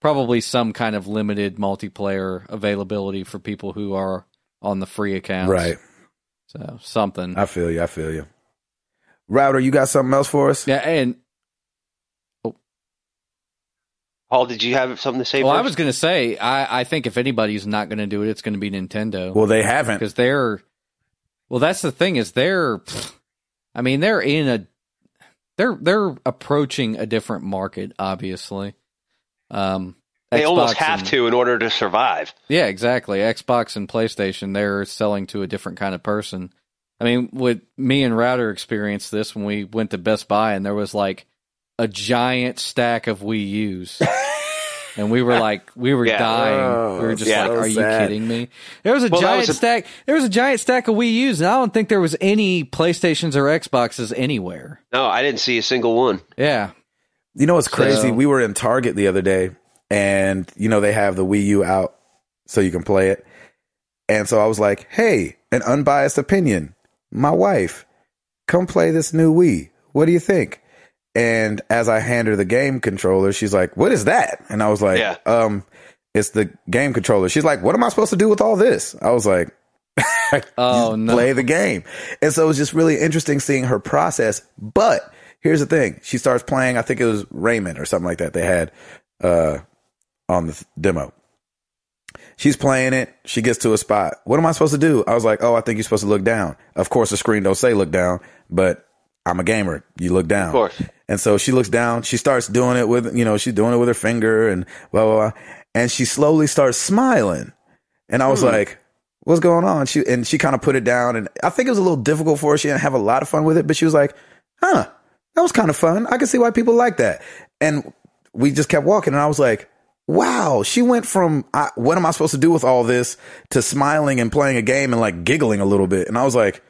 [SPEAKER 3] probably some kind of limited multiplayer availability for people who are on the free accounts.
[SPEAKER 1] Right.
[SPEAKER 3] So something.
[SPEAKER 1] I feel you. I feel you. Router, you got something else for us?
[SPEAKER 3] yeah, and
[SPEAKER 2] Paul, did you have something to say?
[SPEAKER 3] well, I
[SPEAKER 2] first?
[SPEAKER 3] was going to say, I, I think if anybody's not going to do it, it's going to be Nintendo.
[SPEAKER 1] Well, they haven't.
[SPEAKER 3] because they're well that's the thing is they're pfft, i mean they're in a they're they're approaching a different market obviously um
[SPEAKER 2] they almost
[SPEAKER 3] Xbox
[SPEAKER 2] have
[SPEAKER 3] and-
[SPEAKER 2] to in order to survive.
[SPEAKER 3] yeah exactly xbox and playstation they're selling to a different kind of person i mean with me and router experienced this when we went to best buy and there was like a giant stack of wii u's
[SPEAKER 2] <laughs>
[SPEAKER 3] and we were like we were
[SPEAKER 2] Yeah.
[SPEAKER 3] dying
[SPEAKER 1] Oh,
[SPEAKER 3] we were just
[SPEAKER 2] yeah.
[SPEAKER 3] like
[SPEAKER 1] so
[SPEAKER 3] are
[SPEAKER 1] sad.
[SPEAKER 3] you kidding me there was a
[SPEAKER 2] Well, that
[SPEAKER 3] giant
[SPEAKER 2] was a-
[SPEAKER 3] stack. There was a giant stack of Wii U's, and I don't think there was any PlayStations or Xboxes anywhere.
[SPEAKER 2] No, I didn't see a single one.
[SPEAKER 3] Yeah,
[SPEAKER 1] You know what's crazy?
[SPEAKER 3] So-
[SPEAKER 1] we were in Target the other day, and you know they have the Wii U out, so you can play it. And so I was like, "Hey, an unbiased opinion. My wife, come play this new Wii. What do you think?" And as I hand her the game controller, she's like, "What is that?" And I was like,
[SPEAKER 2] Yeah.
[SPEAKER 1] "Um, it's the game controller." She's like, "What am I supposed to do with all this?" I was like,
[SPEAKER 3] Oh,
[SPEAKER 1] "You
[SPEAKER 3] no.
[SPEAKER 1] play the game." And so it was just really interesting seeing her process. But here's the thing: she starts playing. I think it was Raymond or something like that. They had uh, on the th- demo. She's playing it. She gets to a spot. What am I supposed to do? I was like, "Oh, I think you're supposed to look down." Of course, the screen don't say look down, but I'm a gamer. You look down.
[SPEAKER 2] Of course.
[SPEAKER 1] And so she looks down. She starts doing it with, you know, she's doing it with her finger and blah, blah, blah. And she slowly starts smiling. And I was like, what's going on? She, and she kind of put it down. And I think it was a little difficult for her. She didn't have a lot of fun with it, but she was like, huh, that was kind of fun. I can see why people like that. And we just kept walking. And I was like, wow, she went from I, what am I supposed to do with all this to smiling and playing a game and like giggling a little bit. And I was like,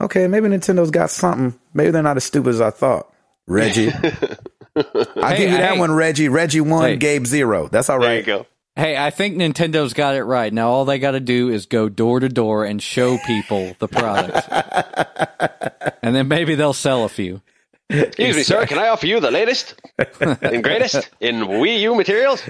[SPEAKER 1] okay, maybe Nintendo's got something. Maybe they're not as stupid as I thought.
[SPEAKER 2] <laughs>
[SPEAKER 1] Reggie. I'll
[SPEAKER 3] Hey,
[SPEAKER 1] give you that
[SPEAKER 3] hey.
[SPEAKER 1] one, Reggie. Reggie one,
[SPEAKER 3] Hey.
[SPEAKER 1] Gabe zero. That's all
[SPEAKER 2] There you
[SPEAKER 1] right.
[SPEAKER 2] go.
[SPEAKER 3] hey, I think Nintendo's got it right. Now all they got to do is go door to door and show people the product, and then maybe they'll sell a few.
[SPEAKER 2] Excuse me, sir. Can I offer you the latest <laughs> and greatest in Wii U materials?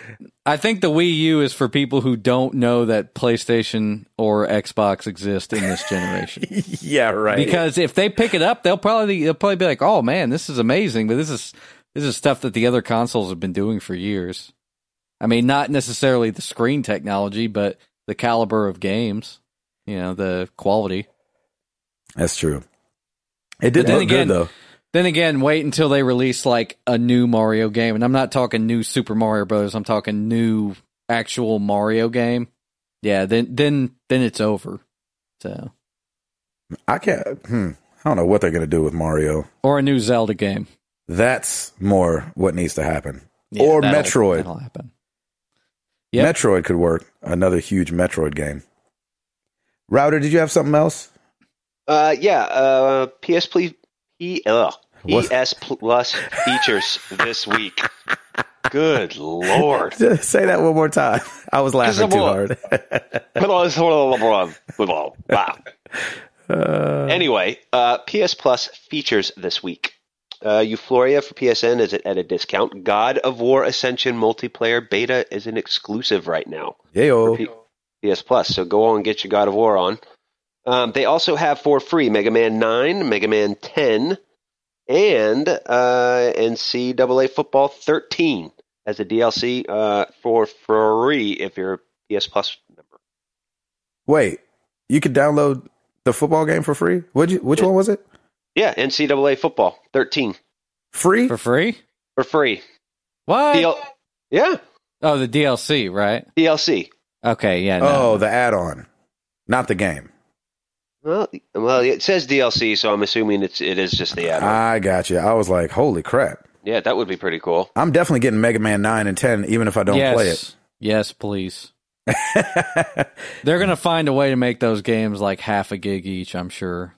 [SPEAKER 3] I think the Wii U is for people who don't know that PlayStation or Xbox exist in this generation.
[SPEAKER 1] <laughs> yeah, right.
[SPEAKER 3] because if they pick it up, they'll probably they'll probably be like, "Oh man, this is amazing!" But this is this is stuff that the other consoles have been doing for years. I mean, not necessarily the screen technology, but the caliber of games, you know, the quality.
[SPEAKER 1] that's true. It did
[SPEAKER 3] But then
[SPEAKER 1] look
[SPEAKER 3] again-
[SPEAKER 1] good though.
[SPEAKER 3] Then again, wait until they release like a new Mario game, and I'm not talking new Super Mario Bros. I'm talking new actual Mario game. Yeah, then then then it's over. So
[SPEAKER 1] I can't. Hmm, I don't know what they're gonna do with Mario.
[SPEAKER 3] or a new Zelda game
[SPEAKER 1] That's more what needs to happen.
[SPEAKER 3] Yeah,
[SPEAKER 1] Or
[SPEAKER 3] that'll-
[SPEAKER 1] Metroid.
[SPEAKER 3] That'll happen. Yep.
[SPEAKER 1] Metroid could work. Another huge Metroid game. Router, did you have something else?
[SPEAKER 2] Uh, yeah. Uh, PS please. P, ugh,
[SPEAKER 1] What?
[SPEAKER 2] PS Plus features this week. Good <laughs> lord.
[SPEAKER 1] <laughs> Say that one more time. <laughs> I was laughing too
[SPEAKER 2] Because
[SPEAKER 1] hard.
[SPEAKER 2] wow.
[SPEAKER 1] <laughs>
[SPEAKER 2] Anyway, uh, PS Plus features this week. Uh, Euphoria for PSN is at a discount. God of War Ascension multiplayer beta is an exclusive right now.
[SPEAKER 1] Yo.
[SPEAKER 2] P- PS Plus. So go on and get your God of War on. Um, they also have for free Mega Man 9, Mega Man 10, and uh, NCAA Football 13 as a DLC uh, for free if you're a PS Plus member.
[SPEAKER 1] Wait, you could download the football game for free? Would you? Which one was it?
[SPEAKER 2] Yeah, NCAA Football 13
[SPEAKER 1] Free?
[SPEAKER 3] for free.
[SPEAKER 2] for free.
[SPEAKER 3] What?
[SPEAKER 2] DL- yeah,
[SPEAKER 3] Oh, the DLC, right?
[SPEAKER 2] DLC.
[SPEAKER 3] Okay, yeah.
[SPEAKER 1] Oh,
[SPEAKER 3] No.
[SPEAKER 1] the add-on, not the game.
[SPEAKER 2] Well, well, it says DLC, so I'm assuming it's it is just the add-on.
[SPEAKER 1] I got you. I was like, holy crap.
[SPEAKER 2] yeah, that would be pretty cool.
[SPEAKER 1] I'm definitely getting Mega Man 9 and 10, even if I don't
[SPEAKER 3] yes.
[SPEAKER 1] play it.
[SPEAKER 3] Yes, please.
[SPEAKER 1] <laughs>
[SPEAKER 3] They're gonna find a way to make those games like half a gig each. I'm sure.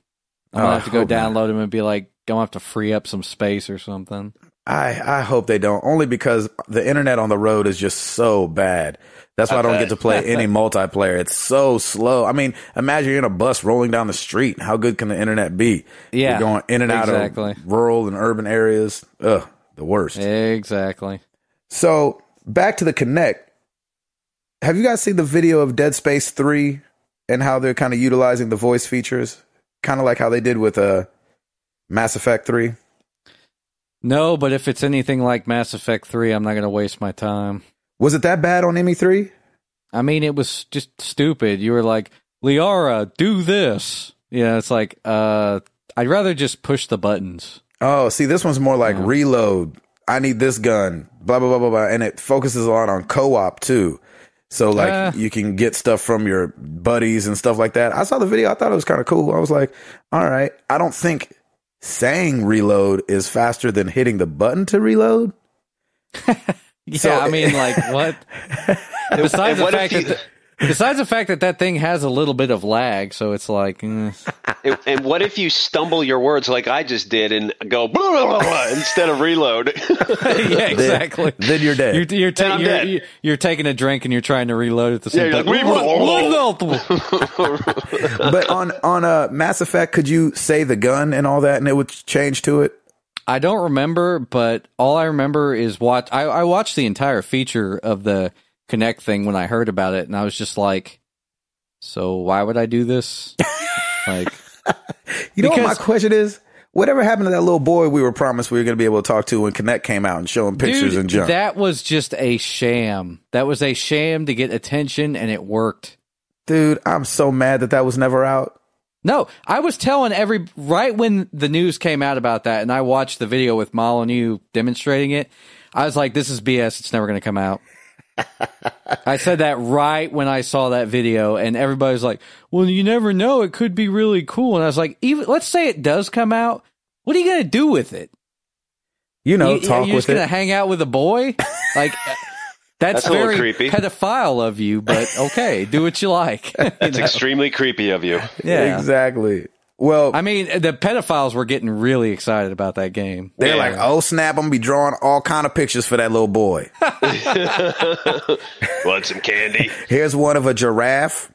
[SPEAKER 3] I'm
[SPEAKER 1] Oh,
[SPEAKER 3] gonna have to
[SPEAKER 1] I
[SPEAKER 3] go
[SPEAKER 1] hope not.
[SPEAKER 3] download them and be like, gonna have to free up some space or something.
[SPEAKER 1] I I hope they don't. Only because the internet on the road is just so bad. That's why I, don't
[SPEAKER 2] Okay.
[SPEAKER 1] get to play
[SPEAKER 3] <laughs>
[SPEAKER 1] any multiplayer. It's so slow. I mean, imagine you're in a bus rolling down the street. How good can the internet be?
[SPEAKER 3] Yeah,
[SPEAKER 1] you're going in and out
[SPEAKER 3] exactly.
[SPEAKER 1] of rural and urban areas. Ugh, the worst.
[SPEAKER 3] Exactly.
[SPEAKER 1] So back to the Connect. Have you guys seen the video of Dead Space Three and how they're kind of utilizing the voice features, kind of like how they did with uh, Mass Effect Three?
[SPEAKER 3] No, but if it's anything like Mass Effect 3, I'm not going to waste my time.
[SPEAKER 1] Was it that bad on ME Three?
[SPEAKER 3] I mean, it was just stupid. You were like, Liara, do this. Yeah, it's like, uh, I'd rather just push the buttons.
[SPEAKER 1] Oh, see, this one's more like
[SPEAKER 3] Yeah.
[SPEAKER 1] reload. I need this gun. Blah blah blah blah blah, and it focuses a lot on co-op too. So like
[SPEAKER 3] Uh.
[SPEAKER 1] you can get stuff from your buddies and stuff like that. I saw the video. I thought it was kind of cool. I was like, all right. I don't think saying reload is faster than hitting the button to reload.
[SPEAKER 3] Yeah,
[SPEAKER 1] So-
[SPEAKER 3] I
[SPEAKER 2] <laughs>
[SPEAKER 3] mean, like, what?
[SPEAKER 2] And
[SPEAKER 3] besides, the
[SPEAKER 2] what if
[SPEAKER 3] fact
[SPEAKER 2] you-
[SPEAKER 3] that the- besides the fact that that thing has a little bit of lag, so it's like,
[SPEAKER 2] <laughs>
[SPEAKER 3] eh. <laughs>
[SPEAKER 2] And, and what if you stumble your words like I just did and go <laughs> blah, blah, blah, blah, instead of reload? <laughs>
[SPEAKER 3] yeah, exactly.
[SPEAKER 1] Then you're dead.
[SPEAKER 3] You're you're, ta-
[SPEAKER 2] Then I'm
[SPEAKER 3] you're,
[SPEAKER 2] dead.
[SPEAKER 3] you're you're taking a drink and you're trying to reload at the same
[SPEAKER 2] Yeah,
[SPEAKER 3] time.
[SPEAKER 2] you're like,
[SPEAKER 1] but on on uh, Mass Effect, could you say the gun and all that, and it would change to it?
[SPEAKER 3] I don't remember, but all I remember is watch. I, I watched the entire feature of the Connect thing when I heard about it, and I was just like, "So why would I do
[SPEAKER 1] <laughs>
[SPEAKER 3] this?" like,
[SPEAKER 1] You know what
[SPEAKER 3] Because-
[SPEAKER 1] my question is? Whatever happened to that little boy we were promised we were going to be able to talk to when Connect came out and show him pictures
[SPEAKER 3] dude,
[SPEAKER 1] and junk?
[SPEAKER 3] that was just a sham. That was a sham to get attention, and it worked.
[SPEAKER 1] dude, I'm so mad that that was never out.
[SPEAKER 3] No, I was telling every right when the news came out about that, and I watched the video with Molyneux demonstrating it. I was like, "This is BS. It's never going to
[SPEAKER 2] <laughs>
[SPEAKER 3] come out." I said that right when I saw that video, and everybody's like, "Well, you never know. It could be really cool." And I was like, "Even let's say it does come out, what are you going to do with it?
[SPEAKER 1] You know,
[SPEAKER 3] you,
[SPEAKER 1] talk
[SPEAKER 3] are you
[SPEAKER 1] with
[SPEAKER 3] just going to
[SPEAKER 1] it.
[SPEAKER 3] hang out with a boy? Like, uh,
[SPEAKER 2] <laughs>
[SPEAKER 3] that's,
[SPEAKER 2] That's a little
[SPEAKER 3] very
[SPEAKER 2] creepy.
[SPEAKER 3] pedophile of you, but okay, do what
[SPEAKER 2] <laughs>
[SPEAKER 3] you like." <laughs> You
[SPEAKER 2] That's
[SPEAKER 3] know?
[SPEAKER 2] extremely creepy
[SPEAKER 1] <laughs>
[SPEAKER 2] of you.
[SPEAKER 3] yeah.
[SPEAKER 1] Exactly. Well,
[SPEAKER 3] I mean, the pedophiles were getting really excited about that game.
[SPEAKER 1] they're
[SPEAKER 2] Yeah.
[SPEAKER 1] like, oh snap, I'm gonna be drawing all kind of pictures for that little
[SPEAKER 3] <laughs>
[SPEAKER 1] boy.
[SPEAKER 2] Want some candy?
[SPEAKER 1] Here's one of a giraffe.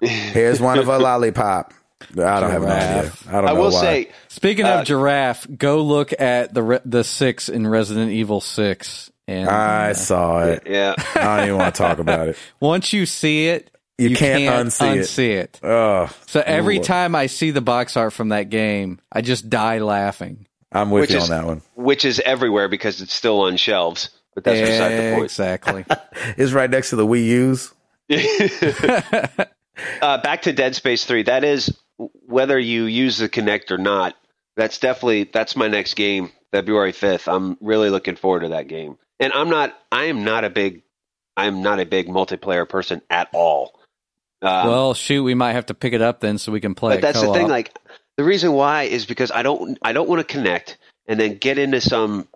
[SPEAKER 1] Here's one
[SPEAKER 3] <laughs>
[SPEAKER 1] of a lollipop. I don't have an idea.
[SPEAKER 3] Giraffe.
[SPEAKER 1] I don't know
[SPEAKER 2] I will
[SPEAKER 1] why.
[SPEAKER 2] say
[SPEAKER 3] Speaking
[SPEAKER 1] Uh,
[SPEAKER 3] of giraffe, go look at the re- the six in Resident Evil Six, and
[SPEAKER 1] I saw it.
[SPEAKER 2] Yeah.
[SPEAKER 1] I don't even want to talk about it.
[SPEAKER 3] once you see it,
[SPEAKER 1] You can't unsee it.
[SPEAKER 3] it.
[SPEAKER 1] Oh,
[SPEAKER 3] So every
[SPEAKER 1] Lord.
[SPEAKER 3] time I see the box art from that game, I just die laughing.
[SPEAKER 1] I'm with
[SPEAKER 2] Which
[SPEAKER 1] you on
[SPEAKER 2] is-
[SPEAKER 1] that one.
[SPEAKER 2] Which is everywhere because it's still on shelves. But that's beside
[SPEAKER 3] exactly.
[SPEAKER 1] It's right next to the Wii U's.
[SPEAKER 2] the point. <laughs> uh, back to Dead Space Three. That is whether you use the Kinect or not. That's definitely that's my next game, February fifth. I'm really looking forward to that game. And I'm not. I am not a big. I'm not a big multiplayer person at all. Uh,
[SPEAKER 3] <laughs> well, shoot, we might have to pick it up then, so we can play.
[SPEAKER 2] but
[SPEAKER 3] it
[SPEAKER 2] that's the
[SPEAKER 3] co-op.
[SPEAKER 2] thing. Like the reason why is because I don't. I don't want to connect and then get into some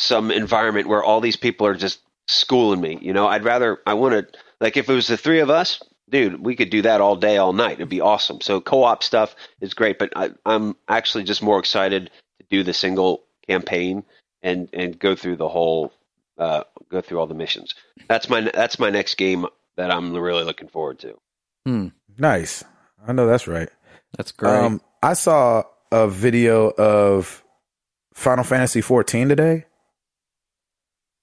[SPEAKER 2] some environment where all these people are just schooling me. You know, I'd rather. I want to. Like if it was the three of us, dude, we could do that all day, all night. It'd be awesome. So co-op stuff is great, but I, I'm actually just more excited to do the single campaign and and go through the whole uh, go through all the missions. That's my that's my next game that I'm really looking forward to.
[SPEAKER 1] Nice. I know that's right. Um,
[SPEAKER 3] that's great.
[SPEAKER 1] I saw a video of Final Fantasy 14 today.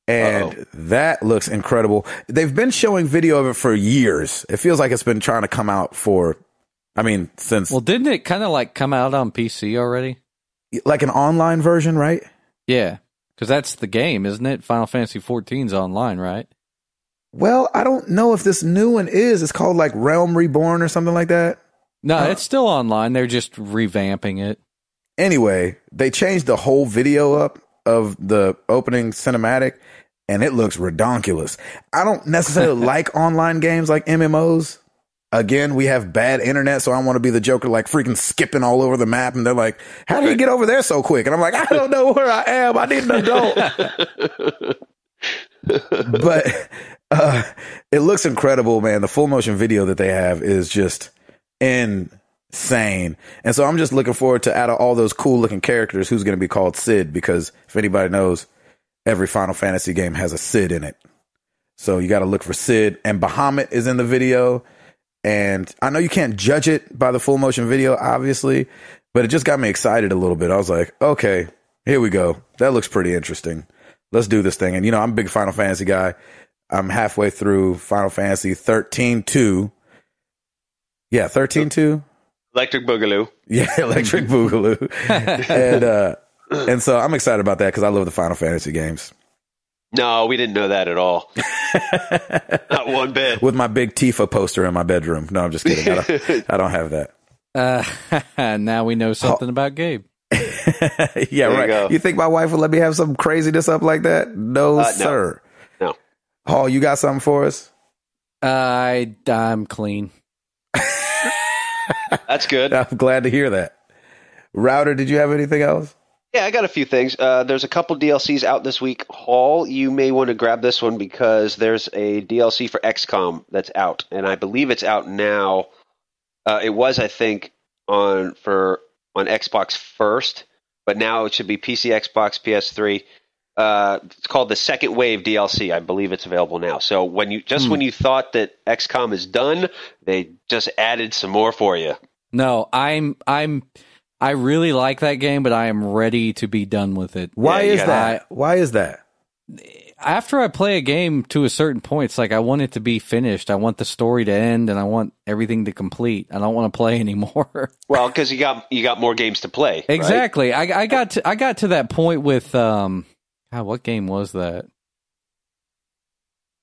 [SPEAKER 1] And
[SPEAKER 2] Uh-oh.
[SPEAKER 1] that looks incredible. They've been showing video of it for years. It feels like it's been trying to come out for, I mean, since
[SPEAKER 3] well, didn't it kind of like come out on PC already?
[SPEAKER 1] like an online version, right?
[SPEAKER 3] Yeah, because that's the game, isn't it? Final Fantasy 14's online, right?
[SPEAKER 1] Well, I don't know if this new one is. It's called like Realm Reborn or something like that.
[SPEAKER 3] No,
[SPEAKER 1] Uh,
[SPEAKER 3] it's still online. They're just revamping it.
[SPEAKER 1] Anyway, they changed the whole video up of the opening cinematic and it looks redonkulous. I don't necessarily like online games like MMOs. Again, we have bad internet, so I want to be the Joker, like freaking skipping all over the map. And they're like, How do you get over there so quick? And I'm like, I don't know where I am. I need an adult. but uh, it looks incredible, man. The full motion video that they have is just in insane. And so I'm just looking forward to out of all those cool looking characters, who's going to be called Sid? Because if anybody knows, every Final Fantasy game has a Sid in it. So you got to look for Sid. And Bahamut is in the video. And I know you can't judge it by the full motion video, obviously, but it just got me excited a little bit. I was like, okay, here we go. That looks pretty interesting. Let's do this thing. And you know, I'm a big Final Fantasy guy. I'm halfway through Final Fantasy 13 2. Yeah, 13 2.
[SPEAKER 2] Electric Boogaloo.
[SPEAKER 1] Yeah, <laughs> Electric
[SPEAKER 2] Mm-hmm.
[SPEAKER 1] Boogaloo.
[SPEAKER 2] <laughs>
[SPEAKER 1] and uh and so I'm excited about that because I love the Final Fantasy games.
[SPEAKER 2] No, we didn't know that at all. Not one bit.
[SPEAKER 1] With my big Tifa poster in my bedroom. No, I'm just kidding. I
[SPEAKER 2] <laughs>
[SPEAKER 1] don't, I don't have that. <laughs>
[SPEAKER 3] Uh, <laughs> now we know something about Gabe.
[SPEAKER 1] yeah,
[SPEAKER 2] you
[SPEAKER 1] right. You,
[SPEAKER 2] go.
[SPEAKER 1] think my wife would let me have some craziness up like that? No,
[SPEAKER 2] Uh, no.
[SPEAKER 1] sir.
[SPEAKER 2] No.
[SPEAKER 1] Hall, you got something for us? <laughs>
[SPEAKER 3] I I'm clean.
[SPEAKER 2] That's good.
[SPEAKER 1] I'm glad to hear that. Router, did you have anything else?
[SPEAKER 2] Yeah, I got a few things. Uh, there's a couple DLCs out this week. Hall, you may want to grab this one because there's a DLC for XCOM that's out, and I believe it's out now. Uh, it was, I think, on for on Xbox first, but now it should be PC, Xbox, PS3. Uh, it's called the Second Wave DLC. I believe it's available now. So when you just
[SPEAKER 3] Hmm.
[SPEAKER 2] when you thought that XCOM is done, they just added some more for you.
[SPEAKER 3] No, I'm I'm I really like that game, but I am ready to be done with it.
[SPEAKER 1] Why
[SPEAKER 2] you
[SPEAKER 1] is
[SPEAKER 2] gotta-
[SPEAKER 1] that? Why is that?
[SPEAKER 3] After I play a game to a certain point, it's like I want it to be finished. I want the story to end, and I want everything to complete. I don't want to play <laughs> anymore.
[SPEAKER 2] Well, because you got you got more games to play. right?
[SPEAKER 3] Exactly. I, I got to I got to that point with um God, what game was that? I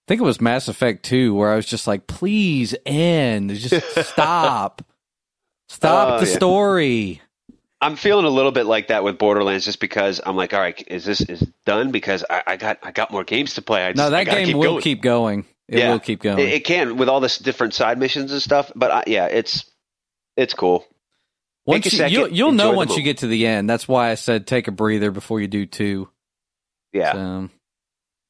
[SPEAKER 3] think it was Mass Effect 2 where I was just like, please end.
[SPEAKER 2] <laughs>
[SPEAKER 3] Just stop. Stop
[SPEAKER 2] Oh,
[SPEAKER 3] the
[SPEAKER 2] yeah.
[SPEAKER 3] story.
[SPEAKER 2] I'm feeling a little bit like that with Borderlands, just because I'm like, all right, is this is done? Because I, I got I got more games to play. I just,
[SPEAKER 3] No,
[SPEAKER 2] I
[SPEAKER 3] that
[SPEAKER 2] gotta
[SPEAKER 3] game
[SPEAKER 2] keep
[SPEAKER 3] will
[SPEAKER 2] going.
[SPEAKER 3] keep going. It
[SPEAKER 2] Yeah.
[SPEAKER 3] will keep going.
[SPEAKER 2] It, it can with all this different side missions and stuff. But I, yeah, it's it's cool.
[SPEAKER 3] once
[SPEAKER 2] take a
[SPEAKER 3] you,
[SPEAKER 2] second,
[SPEAKER 3] you'll, you'll know
[SPEAKER 2] enjoy the
[SPEAKER 3] once you
[SPEAKER 2] move.
[SPEAKER 3] get to the end. That's why I said take a breather before you do two.
[SPEAKER 2] Yeah,
[SPEAKER 3] So,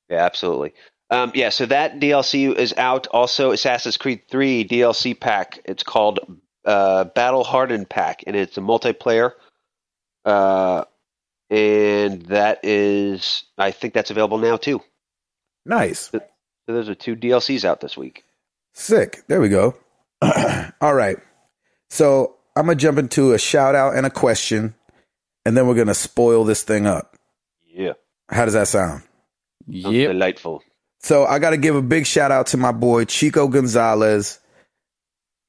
[SPEAKER 2] yeah, absolutely. Um, yeah, so that DLC is out. Also, Assassin's Creed 3 DLC pack. It's called uh, Battle Hardened Pack, and it's a multiplayer. Uh, and that is, I think that's available now too.
[SPEAKER 1] Nice.
[SPEAKER 2] So those are two DLCs out this week.
[SPEAKER 1] Sick. There we go. <clears throat> All right. So I'm going to jump into a shout out and a question, and then we're going to spoil this thing up.
[SPEAKER 2] Yeah.
[SPEAKER 1] How does that sound?
[SPEAKER 2] Sounds
[SPEAKER 3] yep.
[SPEAKER 2] Delightful.
[SPEAKER 1] So I got to give a big shout out to my boy Chico Gonzalez.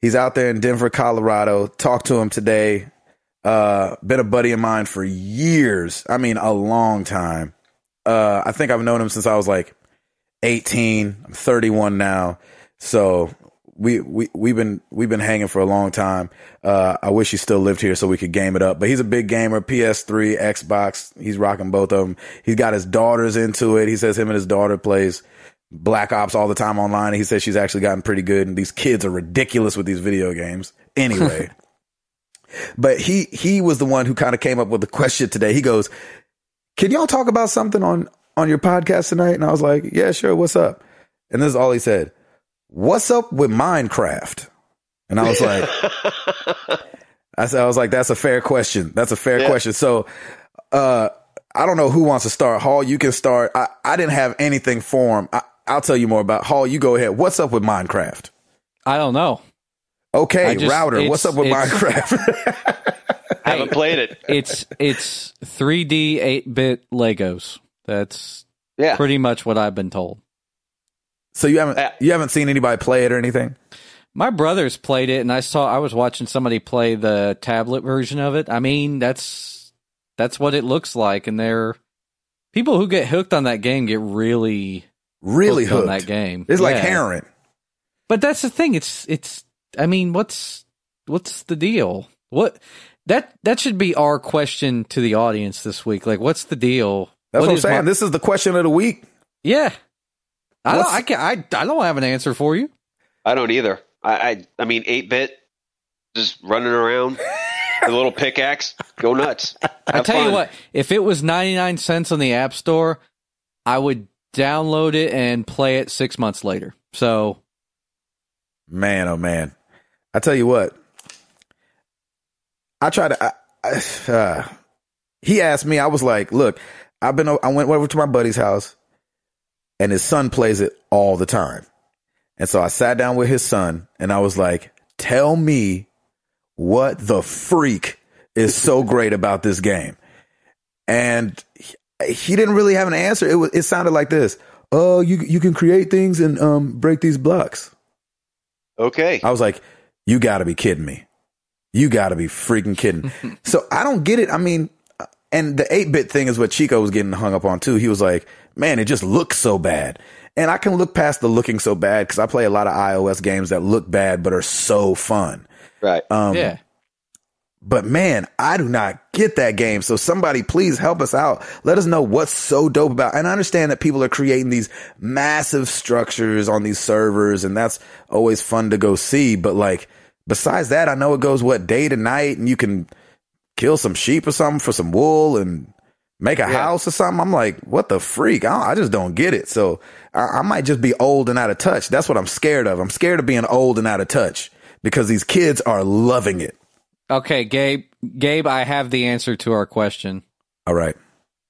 [SPEAKER 1] He's out there in Denver, Colorado. Talked to him today. Uh, been a buddy of mine for years. I mean, a long time. Uh, I think I've known him since I was like 18. I'm 31 now. So we we we've been we've been hanging for a long time. Uh, I wish he still lived here so we could game it up. But he's a big gamer, PS3, Xbox. He's rocking both of them. He's got his daughters into it. He says him and his daughter plays Black Ops all the time online. He says she's actually gotten pretty good, and these kids are ridiculous with these video games. Anyway. But he he was the one who kind of came up with the question today. He goes, "Can y'all talk about something on on your podcast tonight?" And I was like, "Yeah, sure. What's up?" And this is all he said: "What's up with Minecraft?" And I was like, "I said I was like, that's a fair question. That's a fair
[SPEAKER 2] Yeah.
[SPEAKER 1] question." So, uh, I don't know who wants to start. Hall, you can start. I I didn't have anything for him. I, I'll tell you more about Hall. You go ahead. What's up with Minecraft?
[SPEAKER 3] I don't know.
[SPEAKER 1] Okay,
[SPEAKER 3] I just-
[SPEAKER 1] router. What's
[SPEAKER 3] it's-
[SPEAKER 1] up with
[SPEAKER 3] it's-
[SPEAKER 1] Minecraft? <laughs>
[SPEAKER 2] I haven't played it.
[SPEAKER 3] It's it's 3D 8-bit Legos. That's
[SPEAKER 2] Yeah.
[SPEAKER 3] pretty much what I've been told.
[SPEAKER 1] so you haven't
[SPEAKER 3] Uh,
[SPEAKER 2] Yeah.
[SPEAKER 1] you haven't seen anybody play it or anything?
[SPEAKER 3] My brothers played it, and I saw I was watching somebody play the tablet version of it. I mean, that's that's what it looks like, and they're people who get hooked on that game get really
[SPEAKER 1] Really hooked.
[SPEAKER 3] on that game.
[SPEAKER 1] It's like
[SPEAKER 3] Yeah.
[SPEAKER 1] heroin.
[SPEAKER 3] But that's the thing. It's it's. I mean, what's what's the deal? What that that should be our question to the audience this week. Like, what's the deal?
[SPEAKER 1] That's what, I'm
[SPEAKER 3] is
[SPEAKER 1] saying.
[SPEAKER 3] my-
[SPEAKER 1] this is the question of the week.
[SPEAKER 3] yeah. I don't,
[SPEAKER 1] What's-
[SPEAKER 3] I, can, I, I don't have an answer for you.
[SPEAKER 2] I don't either. I I, I mean, eight bit, just running <laughs> around, the little pickaxe, go nuts.
[SPEAKER 3] I
[SPEAKER 2] Have
[SPEAKER 3] tell you
[SPEAKER 2] fun.
[SPEAKER 3] what, if it was 99 cents on the App Store, I would download it and play it six months later. So
[SPEAKER 1] Man, oh man. I tell you what. I try to. I, I, uh, he asked me. I was like, "Look, I've been. o- I went over to my buddy's house, and his son plays it all the time. And so I sat down with his son, and I was like, "Tell me what the freak is so great about this game?" And he, he didn't really have an answer. It was. It sounded like this. Oh, you you can create things and um break these blocks.
[SPEAKER 2] Okay.
[SPEAKER 1] I was like, you got to be kidding me. You got to be freaking kidding. so I don't get it. I mean, uh, and the 8 bit thing is what Chico was getting hung up on too. He was like, man, it just looks so bad. And I can look past the looking so bad because I play a lot of iOS games that look bad but are so fun.
[SPEAKER 2] Right.
[SPEAKER 1] Um,
[SPEAKER 3] yeah.
[SPEAKER 1] But man, I do not get that game. So somebody please help us out. Let us know what's so dope about. And I understand that people are creating these massive structures on these servers and that's always fun to go see. But like, besides that, I know it goes what day to night and you can kill some sheep or something for some wool and make a house or something. I'm like, what the freak? I, don't- I just don't get it. So I, I might just be old and out of touch. That's what I'm scared of. I'm scared of being old and out of touch because these kids are loving it.
[SPEAKER 3] Okay, Gabe. Gabe, I have the answer to our question.
[SPEAKER 1] All right.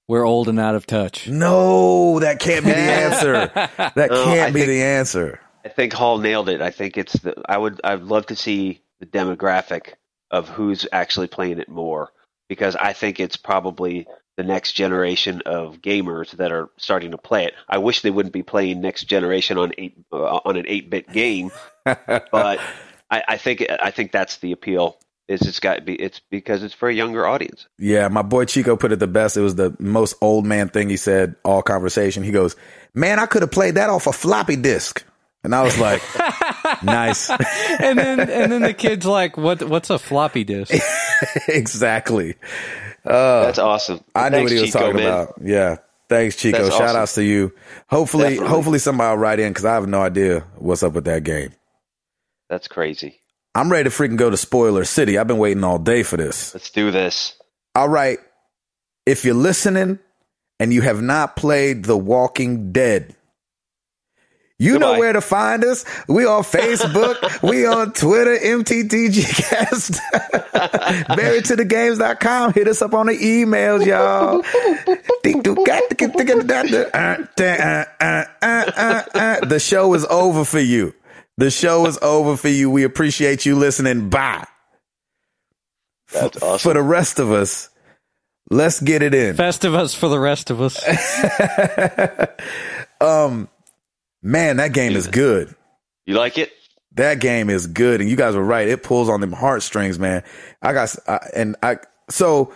[SPEAKER 3] We're old and out of touch.
[SPEAKER 1] No, that can't
[SPEAKER 2] <laughs>
[SPEAKER 1] be the answer. That
[SPEAKER 2] No,
[SPEAKER 1] can't
[SPEAKER 2] Oh, I
[SPEAKER 1] be
[SPEAKER 2] think-
[SPEAKER 1] the answer.
[SPEAKER 2] I think Hall nailed it. I think it's the. I would. I'd love to see the demographic of who's actually playing it more because I think it's probably the next generation of gamers that are starting to play it. I wish they wouldn't be playing next generation on eight uh, on an eight
[SPEAKER 1] <laughs>
[SPEAKER 2] bit game, but I, I think I think that's the appeal. Is it's got to be it's because it's for a younger audience.
[SPEAKER 1] Yeah, my boy Chico put it the best. It was the most old man thing he said all conversation. He goes, "Man, I could have played that off a floppy disk." And I was
[SPEAKER 2] <laughs>
[SPEAKER 1] like, "Nice." <laughs>
[SPEAKER 3] <laughs> and then and then the kid's like, "What? What's a floppy disk?"
[SPEAKER 1] exactly. Uh,
[SPEAKER 2] That's awesome.
[SPEAKER 1] I knew
[SPEAKER 2] Thanks,
[SPEAKER 1] what he was
[SPEAKER 2] Chico,
[SPEAKER 1] talking
[SPEAKER 2] man.
[SPEAKER 1] about. Yeah. Thanks, Chico.
[SPEAKER 2] That's
[SPEAKER 1] Shout
[SPEAKER 2] awesome.
[SPEAKER 1] outs to you. Hopefully,
[SPEAKER 2] Definitely.
[SPEAKER 1] hopefully somebody will write in because I have no idea what's up with that game.
[SPEAKER 2] That's crazy.
[SPEAKER 1] I'm ready to freaking go to Spoiler City. I've been waiting all day for this.
[SPEAKER 2] Let's do this.
[SPEAKER 1] All right. If you're listening and you have not played The Walking Dead, you know
[SPEAKER 2] Goodbye.
[SPEAKER 1] where to find us. We
[SPEAKER 2] <laughs>
[SPEAKER 1] on Facebook. we on Twitter, <laughs> MTTGcast. Married to the games.com. Hit us up on the emails, y'all. <laughs> the show is over for you. The show is over for you. We appreciate you listening. Bye.
[SPEAKER 2] That's awesome.
[SPEAKER 1] For the rest of us, let's get it in.
[SPEAKER 3] Festivus for the rest of us.
[SPEAKER 1] um, man, that game is good.
[SPEAKER 2] You like it?
[SPEAKER 1] That game is good, and you guys were right. It pulls on them heartstrings, man. I got I, and I. So,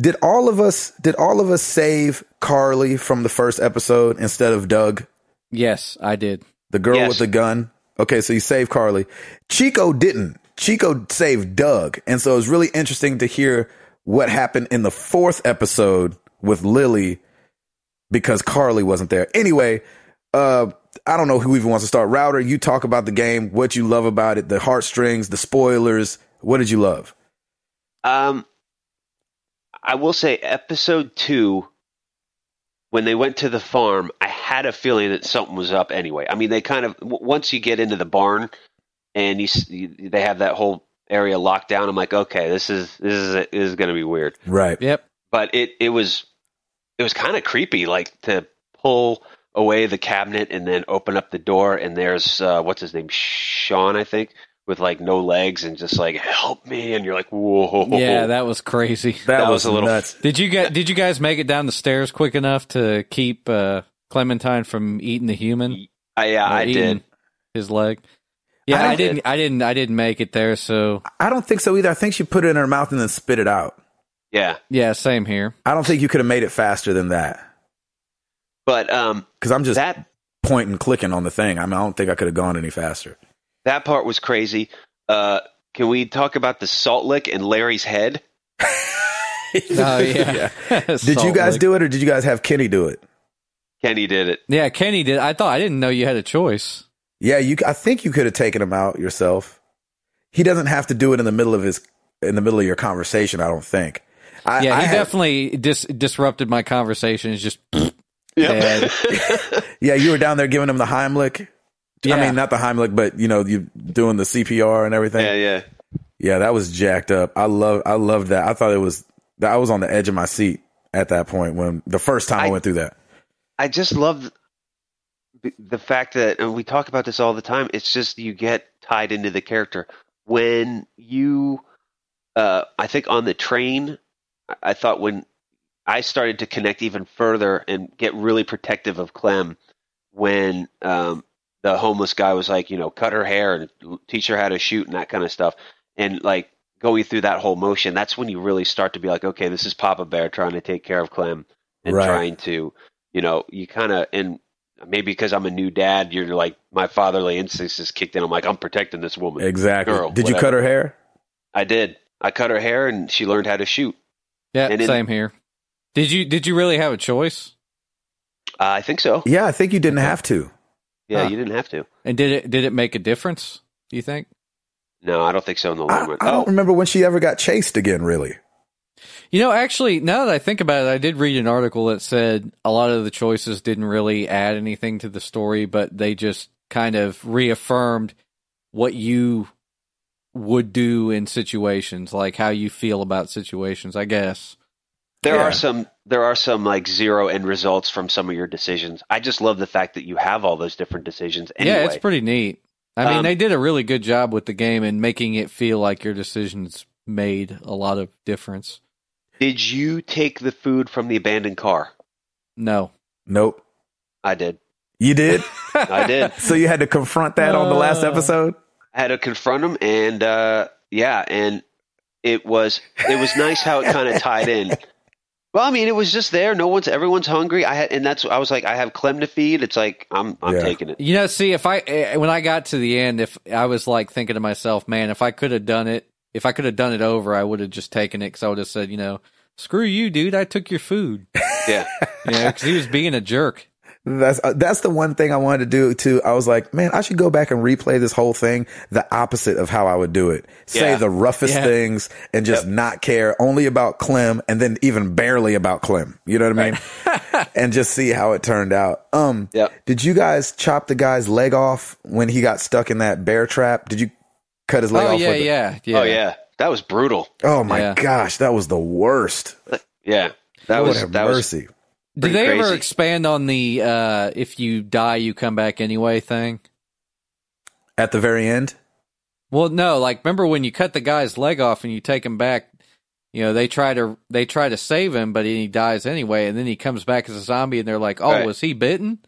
[SPEAKER 1] did all of us? Did all of us save Carly from the first episode instead of Doug,
[SPEAKER 3] Yes, I did.
[SPEAKER 1] the girl
[SPEAKER 2] Yes.
[SPEAKER 1] with the gun? Okay, so you saved Carly. Chico didn't. Chico saved Doug, and so it's really interesting to hear what happened in the fourth episode with Lily because Carly wasn't there. Anyway, uh, I don't know who even wants to start. Router, you talk about the game, what you love about it, the heartstrings, the spoilers. What did you love?
[SPEAKER 2] Um, I will say episode two, when they went to the farm, I had a feeling that something was up anyway. I mean, they kind of w- once you get into the barn and you, s- you they have that whole area locked down. I'm like, okay, this is this is this is going to be weird.
[SPEAKER 1] Right.
[SPEAKER 3] Yep.
[SPEAKER 2] But it it was it was kind of creepy, like to pull away the cabinet and then open up the door and there's uh, what's his name, Sean, I think, with like no legs and just like help me, and you're like, whoa,
[SPEAKER 3] Yeah, that was crazy.
[SPEAKER 1] That,
[SPEAKER 2] That
[SPEAKER 1] was,
[SPEAKER 2] was a little-
[SPEAKER 1] nuts.
[SPEAKER 3] Did you get? Did you guys make it down the stairs quick enough to keep uh, Clementine from eating the human?
[SPEAKER 2] I, yeah,
[SPEAKER 3] Or
[SPEAKER 2] I
[SPEAKER 3] eating
[SPEAKER 2] did.
[SPEAKER 3] His leg. Yeah,
[SPEAKER 1] I
[SPEAKER 3] I, didn't. I didn't. I didn't make it there. So
[SPEAKER 1] I don't think so either. I think she put it in her mouth and then spit it out.
[SPEAKER 2] Yeah,
[SPEAKER 3] yeah, same here. <laughs>
[SPEAKER 1] I don't think you could have made it faster than that
[SPEAKER 2] but um,
[SPEAKER 1] because I'm just
[SPEAKER 2] that
[SPEAKER 1] point and clicking on the thing. I mean, I don't think I could have gone any <laughs> faster.
[SPEAKER 2] that part was crazy. Uh, can we talk about the salt lick and Larry's head?
[SPEAKER 1] <laughs>
[SPEAKER 3] Oh yeah.
[SPEAKER 1] Did you guys do it or did you guys have Kenny do it?
[SPEAKER 2] Kenny did it.
[SPEAKER 3] Yeah, Kenny did. I thought I didn't know you had a choice.
[SPEAKER 1] Yeah, you. I think you could have taken him out yourself. He doesn't have to do it in the middle of his in the middle of your conversation. I don't think. I,
[SPEAKER 3] Yeah,
[SPEAKER 1] I
[SPEAKER 3] he
[SPEAKER 1] had-
[SPEAKER 3] definitely dis- disrupted my conversations. Just Dead.
[SPEAKER 1] Yeah, you were down there giving him the Heimlich.
[SPEAKER 3] yeah.
[SPEAKER 1] I mean, not the Heimlich, but you know, you doing the CPR and everything.
[SPEAKER 2] <laughs> yeah, yeah.
[SPEAKER 1] Yeah, that was jacked up. I love I love that. I thought it was I was on the edge of my seat at that point when the first time I,
[SPEAKER 2] I-
[SPEAKER 1] went through that.
[SPEAKER 2] I just love th- the fact that, and we talk about this all the time. It's just you get tied into the character when you. Uh, I think on the train, I- I thought when I started to connect even further and get really protective of Clem when um, the homeless guy was like, you know, cut her hair and teach her how to shoot and that kind of stuff, and like going through that whole motion. That's when you really start to be like, okay, this is Papa Bear trying to take care of Clem and
[SPEAKER 1] Right.
[SPEAKER 2] trying to, you know, you kind of and maybe because I'm a new dad, you're like my fatherly instincts is kicked in. I'm like, I'm protecting this woman.
[SPEAKER 1] Exactly.
[SPEAKER 2] Girl,
[SPEAKER 1] Did you cut her hair?
[SPEAKER 2] I did. I cut her hair and she learned how to shoot.
[SPEAKER 3] Yeah,
[SPEAKER 2] And in-
[SPEAKER 3] same here. Did you did you really have a choice?
[SPEAKER 2] Uh, I think so.
[SPEAKER 1] Yeah, I think you didn't have to.
[SPEAKER 2] Yeah,
[SPEAKER 3] Huh.
[SPEAKER 2] you didn't have to.
[SPEAKER 3] And did it did it make a difference? Do you think?
[SPEAKER 2] No, I don't think so in the long
[SPEAKER 1] I,
[SPEAKER 2] run.
[SPEAKER 1] I don't
[SPEAKER 2] oh,
[SPEAKER 1] remember when she ever got chased again, really.
[SPEAKER 3] You know, actually, now that I think about it, I did read an article that said a lot of the choices didn't really add anything to the story, but they just kind of reaffirmed what you would do in situations, like how you feel about situations, I guess.
[SPEAKER 2] there
[SPEAKER 1] yeah.
[SPEAKER 2] are some. There are some like zero end results from some of your decisions. I just love the fact that you have all those different decisions. Anyway.
[SPEAKER 3] Yeah, it's pretty neat. I mean,
[SPEAKER 2] Um,
[SPEAKER 3] they did a really good job with the game and making it feel like your decisions made a lot of difference.
[SPEAKER 2] Did you take the food from the abandoned car?
[SPEAKER 3] No. <laughs>
[SPEAKER 1] Nope.
[SPEAKER 2] I did.
[SPEAKER 1] You did?
[SPEAKER 2] I did.
[SPEAKER 1] so you had to confront that on the last
[SPEAKER 3] Uh.
[SPEAKER 1] episode?
[SPEAKER 2] I had to confront him, and uh, yeah, and it was it was nice how it kind of tied in. Well, I mean, it was just there. No one's, everyone's hungry. I had, and that's I was like, I have Clem to feed. It's like I'm, I'm
[SPEAKER 1] Yeah.
[SPEAKER 2] taking it.
[SPEAKER 3] You know, see, if I eh, when I got to the end, if I was like thinking to myself, man, if I could have done it, if I could have done it over, I would have just taken it because I would have said, you know, screw you, dude, I took your food. <laughs>
[SPEAKER 2] Yeah,
[SPEAKER 3] You know, because he was being
[SPEAKER 2] <laughs>
[SPEAKER 3] a jerk.
[SPEAKER 1] That's uh, that's the one thing I wanted to do too. I was like, man, I should go back and replay this whole thing the opposite of how I would do it. Say
[SPEAKER 2] Yeah.
[SPEAKER 1] the roughest
[SPEAKER 3] Yeah.
[SPEAKER 1] things and just not care only about Clem and then even barely about Clem. You know what I mean? and just see how it turned out. Um
[SPEAKER 2] Yep.
[SPEAKER 1] did you guys chop the guy's leg off when he got stuck in that bear trap? Did you cut his leg
[SPEAKER 3] Oh
[SPEAKER 1] off
[SPEAKER 3] yeah,
[SPEAKER 1] with it?
[SPEAKER 3] yeah, yeah.
[SPEAKER 2] Oh yeah, that was brutal.
[SPEAKER 1] Oh my
[SPEAKER 3] Yeah.
[SPEAKER 1] gosh, that was the worst.
[SPEAKER 2] Yeah, that
[SPEAKER 1] Lord
[SPEAKER 2] was
[SPEAKER 1] have
[SPEAKER 2] that was.
[SPEAKER 1] mercy.
[SPEAKER 3] Did
[SPEAKER 2] Pretty
[SPEAKER 3] they ever
[SPEAKER 2] crazy.
[SPEAKER 3] expand on the uh if you die, you come back anyway thing?
[SPEAKER 1] At the very end?
[SPEAKER 3] Well, no, like remember when you cut the guy's leg off and you take him back, you know, they try to they try to save him, but he dies anyway, and then he comes back as a zombie and they're like, "Oh,
[SPEAKER 2] Right.
[SPEAKER 3] was he bitten?"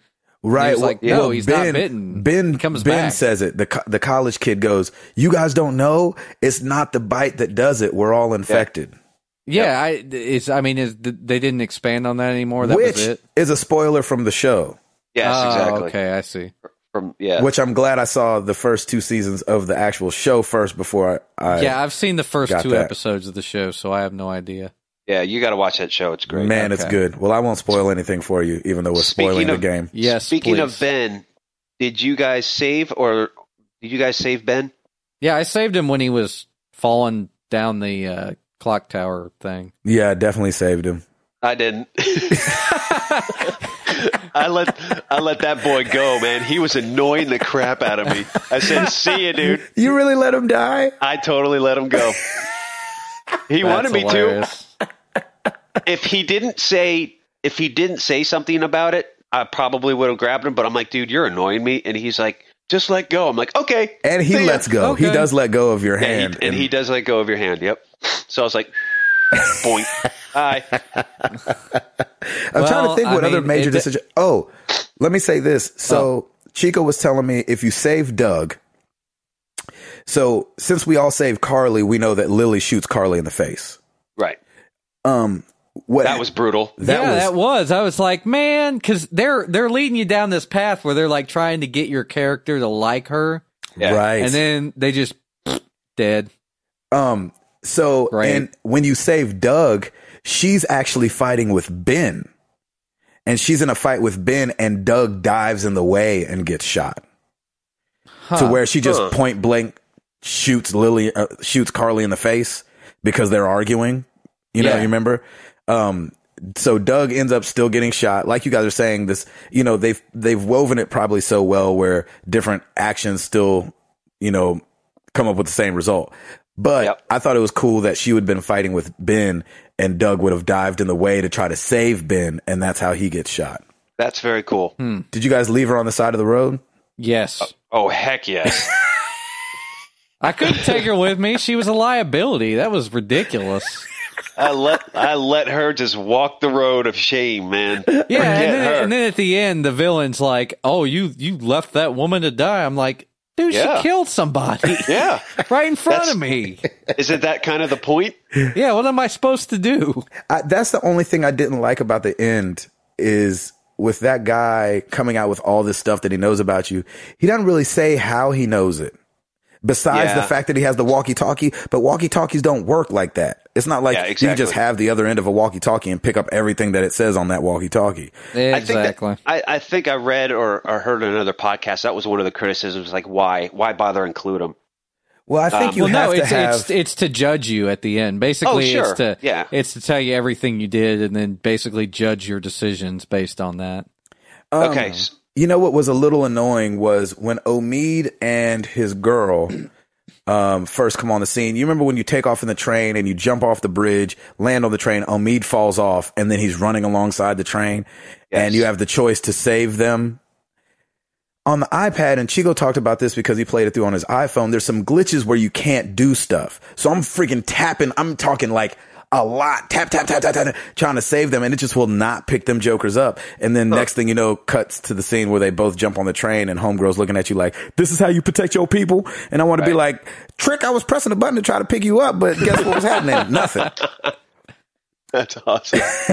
[SPEAKER 1] Right.
[SPEAKER 3] He was like,
[SPEAKER 1] well,
[SPEAKER 3] "No, he's not
[SPEAKER 1] ben,
[SPEAKER 3] bitten."
[SPEAKER 1] Ben
[SPEAKER 3] He comes
[SPEAKER 1] Ben
[SPEAKER 3] back.
[SPEAKER 1] says it. The co- the college kid goes, "You guys don't know. It's not the bite that does it. We're all infected."
[SPEAKER 3] Yeah, I is I mean is they didn't expand on that anymore. That
[SPEAKER 1] which
[SPEAKER 3] was it.
[SPEAKER 1] is a spoiler from the show,
[SPEAKER 2] Yes,
[SPEAKER 3] Oh,
[SPEAKER 2] exactly.
[SPEAKER 3] Okay, I see.
[SPEAKER 2] From yeah,
[SPEAKER 1] which I'm glad I saw the first two seasons of the actual show first before I. I
[SPEAKER 3] yeah, I've seen the first
[SPEAKER 1] got
[SPEAKER 3] two
[SPEAKER 1] that.
[SPEAKER 3] episodes of the show, so I have no idea.
[SPEAKER 2] yeah. You got to watch that show. It's great.
[SPEAKER 1] man, it's
[SPEAKER 3] Okay.
[SPEAKER 1] good. Well, I won't spoil anything for you, even though we're spoiling
[SPEAKER 2] Speaking
[SPEAKER 1] the
[SPEAKER 2] of-
[SPEAKER 1] game.
[SPEAKER 3] Yes.
[SPEAKER 2] Speaking of
[SPEAKER 3] please.
[SPEAKER 2] Ben, did you guys save or did you guys save Ben?
[SPEAKER 3] yeah, I saved him when he was falling down the uh, clock tower thing.
[SPEAKER 1] Yeah, I definitely saved him.
[SPEAKER 2] I didn't. I let I let that boy go, man. He was annoying the crap out of me. I said, "See you, dude."
[SPEAKER 1] You really let him die?
[SPEAKER 2] I totally let him go. He wanted me
[SPEAKER 3] to.
[SPEAKER 2] to. If he didn't say if he didn't say something about it, I probably would have grabbed him. But I'm like, dude, you're annoying me, and he's like, just let go. I'm like, okay.
[SPEAKER 1] And he
[SPEAKER 2] See ya.
[SPEAKER 1] lets go. He
[SPEAKER 3] Okay.
[SPEAKER 1] does let go of your
[SPEAKER 2] Yeah, he-
[SPEAKER 1] hand.
[SPEAKER 2] and, he, does let go of your hand. Yep. So I was like,
[SPEAKER 1] <laughs>
[SPEAKER 2] boink. Hi.
[SPEAKER 1] I'm trying to
[SPEAKER 3] Well,
[SPEAKER 1] think
[SPEAKER 3] I
[SPEAKER 1] what other
[SPEAKER 3] mean,
[SPEAKER 1] major
[SPEAKER 3] it- Oh.
[SPEAKER 1] decision. Oh, let me say this. So Chico was telling me if you save Doug. So since we all saved Carly, we know that Lily shoots Carly in the face.
[SPEAKER 2] Right.
[SPEAKER 1] Um, what
[SPEAKER 2] That was brutal.
[SPEAKER 1] that
[SPEAKER 3] yeah,
[SPEAKER 1] was
[SPEAKER 3] that was. I was like, man, because they're they're leading you down this path where they're like trying to get your character to like her,
[SPEAKER 2] Yeah.
[SPEAKER 1] right.
[SPEAKER 3] and then they just <sniffs> dead.
[SPEAKER 1] um, so
[SPEAKER 3] Great.
[SPEAKER 1] and when you save Doug, she's actually fighting with Ben, and she's in a fight with Ben, and Doug dives in the way and gets shot. to
[SPEAKER 3] Huh.
[SPEAKER 1] where she just
[SPEAKER 2] Huh.
[SPEAKER 1] point blank shoots Lily, uh, shoots Carly in the face because they're arguing. You know,
[SPEAKER 3] Yeah.
[SPEAKER 1] you remember? Um, so Doug ends up still getting shot. Like you guys are saying, this, you know, they've, they've woven it probably so well where different actions still, you know, come up with the same result. But
[SPEAKER 2] Yep.
[SPEAKER 1] I thought it was cool that she would have been fighting with Ben and Doug would have dived in the way to try to save Ben, and that's how he gets shot.
[SPEAKER 2] That's very cool.
[SPEAKER 1] Did you guys leave her on the side of the road?
[SPEAKER 3] Yes.
[SPEAKER 2] Oh heck yes.
[SPEAKER 3] I couldn't take her with me. She was a liability. That was ridiculous.
[SPEAKER 2] I let I let her just walk the road of shame, man.
[SPEAKER 3] Yeah,
[SPEAKER 2] Forget
[SPEAKER 3] and
[SPEAKER 2] her.
[SPEAKER 3] then, and then at the end, the villain's like, "Oh, you you left that woman to die." I'm like, "Dude,
[SPEAKER 2] Yeah.
[SPEAKER 3] she killed <laughs> somebody
[SPEAKER 2] yeah.
[SPEAKER 3] right in front
[SPEAKER 2] That's-
[SPEAKER 3] of <laughs> me."
[SPEAKER 2] Isn't that kind of
[SPEAKER 1] <laughs>
[SPEAKER 2] the point?
[SPEAKER 3] Yeah, what am I supposed to do?
[SPEAKER 1] I, that's the only thing I didn't like about the end is with that guy coming out with all this stuff that he knows about you. He doesn't really say how he knows it. Besides
[SPEAKER 2] Yeah.
[SPEAKER 1] the fact that he has the walkie-talkie, but walkie-talkies don't work like that. It's not like
[SPEAKER 2] Yeah,
[SPEAKER 1] you just
[SPEAKER 2] exactly.
[SPEAKER 1] have the other end of a walkie-talkie and pick up everything that it says on that walkie-talkie.
[SPEAKER 3] Exactly.
[SPEAKER 2] I think, that, I, I think I read or, or heard in another podcast that was one of the criticisms, like why why bother include them?
[SPEAKER 1] Well, I think
[SPEAKER 2] Um,
[SPEAKER 1] you
[SPEAKER 3] well,
[SPEAKER 1] have
[SPEAKER 3] no,
[SPEAKER 1] to
[SPEAKER 3] it's,
[SPEAKER 1] have.
[SPEAKER 3] it's it's to judge you at the end. Basically,
[SPEAKER 2] sure.
[SPEAKER 3] it's to
[SPEAKER 2] Yeah.
[SPEAKER 3] it's to tell you everything you did, and then basically judge your decisions based on that.
[SPEAKER 1] um,
[SPEAKER 2] okay, s-
[SPEAKER 1] You know what was a little annoying was when Omid and his girl <clears throat> um, first come on the scene. You remember when you take off in the train and you jump off the bridge, land on the train, Omid falls off, and then he's running alongside the train, and
[SPEAKER 2] Yes.
[SPEAKER 1] you have the choice to save them. On the iPad, and Chigo talked about this because he played it through on his iPhone. There's some glitches where you can't do stuff. So I'm freaking tapping. I'm talking like a lot. Tap, tap, tap, tap, tap, tap, trying to save them. And it just will not pick them jokers up. And then next thing you know, cuts to the scene where they both jump on the train and homegirl's looking at you like, this is how you protect your people. And I want to be like, trick, I was pressing a button to try to pick you up, but guess what was happening? Nothing.
[SPEAKER 2] that's <laughs> awesome.
[SPEAKER 3] <laughs>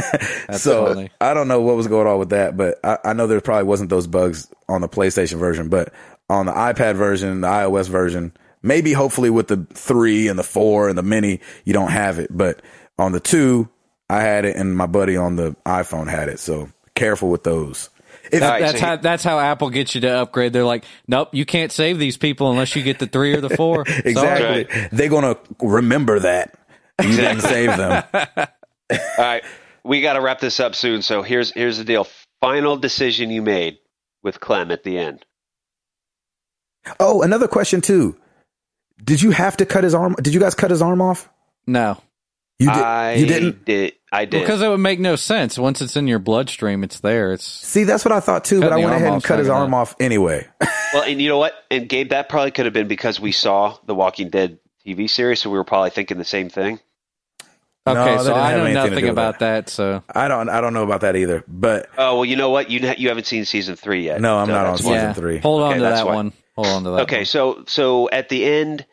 [SPEAKER 3] That's
[SPEAKER 1] so
[SPEAKER 3] funny.
[SPEAKER 1] I don't know what was going on with that, but I, I know there probably wasn't those bugs on the PlayStation version, but on the iPad version, the iOS version, maybe hopefully with the three and the four and the mini, you don't have it. But on the two, I had it, and my buddy on the iPhone had it. So careful with those. If,
[SPEAKER 2] All right,
[SPEAKER 3] That's
[SPEAKER 2] so
[SPEAKER 3] how
[SPEAKER 2] you-
[SPEAKER 3] that's how Apple gets you to upgrade. They're like, nope, you can't save these people unless you get the three or
[SPEAKER 1] <laughs>
[SPEAKER 3] the four. Sorry.
[SPEAKER 1] exactly, they're gonna remember that you didn't save them.
[SPEAKER 2] All right, we got to wrap this up soon. So here's here's the deal. Final decision you made with Clem at the end.
[SPEAKER 1] Oh, another question too. Did you have to cut his arm? Did you guys cut his arm off?
[SPEAKER 3] No,
[SPEAKER 1] You did.
[SPEAKER 2] I
[SPEAKER 1] you didn't.
[SPEAKER 2] Did, I did.
[SPEAKER 3] because it would make no sense. Once it's in your bloodstream, it's there. It's
[SPEAKER 1] See, that's what I thought too,
[SPEAKER 3] Cut
[SPEAKER 1] but I
[SPEAKER 3] the
[SPEAKER 1] went
[SPEAKER 3] arm
[SPEAKER 1] ahead and
[SPEAKER 3] off,
[SPEAKER 1] cut his
[SPEAKER 3] fuck it
[SPEAKER 1] arm off anyway.
[SPEAKER 2] well, and you know what? And Gabe, that probably could have been because we saw the Walking Dead TV series, so we were probably thinking the same thing.
[SPEAKER 1] No,
[SPEAKER 3] okay.
[SPEAKER 1] that
[SPEAKER 3] so
[SPEAKER 1] didn't
[SPEAKER 3] I
[SPEAKER 1] have
[SPEAKER 3] know
[SPEAKER 1] anything to do
[SPEAKER 3] nothing
[SPEAKER 1] with
[SPEAKER 3] about that. So
[SPEAKER 1] I don't I don't know about that either. But
[SPEAKER 2] Oh well, you know what? You ha- you haven't seen season three yet.
[SPEAKER 1] No, I'm not
[SPEAKER 2] that's
[SPEAKER 1] on
[SPEAKER 2] why.
[SPEAKER 1] Season
[SPEAKER 3] yeah,
[SPEAKER 1] three.
[SPEAKER 3] hold on
[SPEAKER 2] Okay,
[SPEAKER 3] to
[SPEAKER 2] that's
[SPEAKER 3] that
[SPEAKER 2] why.
[SPEAKER 3] one. Hold on to that.
[SPEAKER 2] Okay,
[SPEAKER 3] one.
[SPEAKER 2] so so at the end,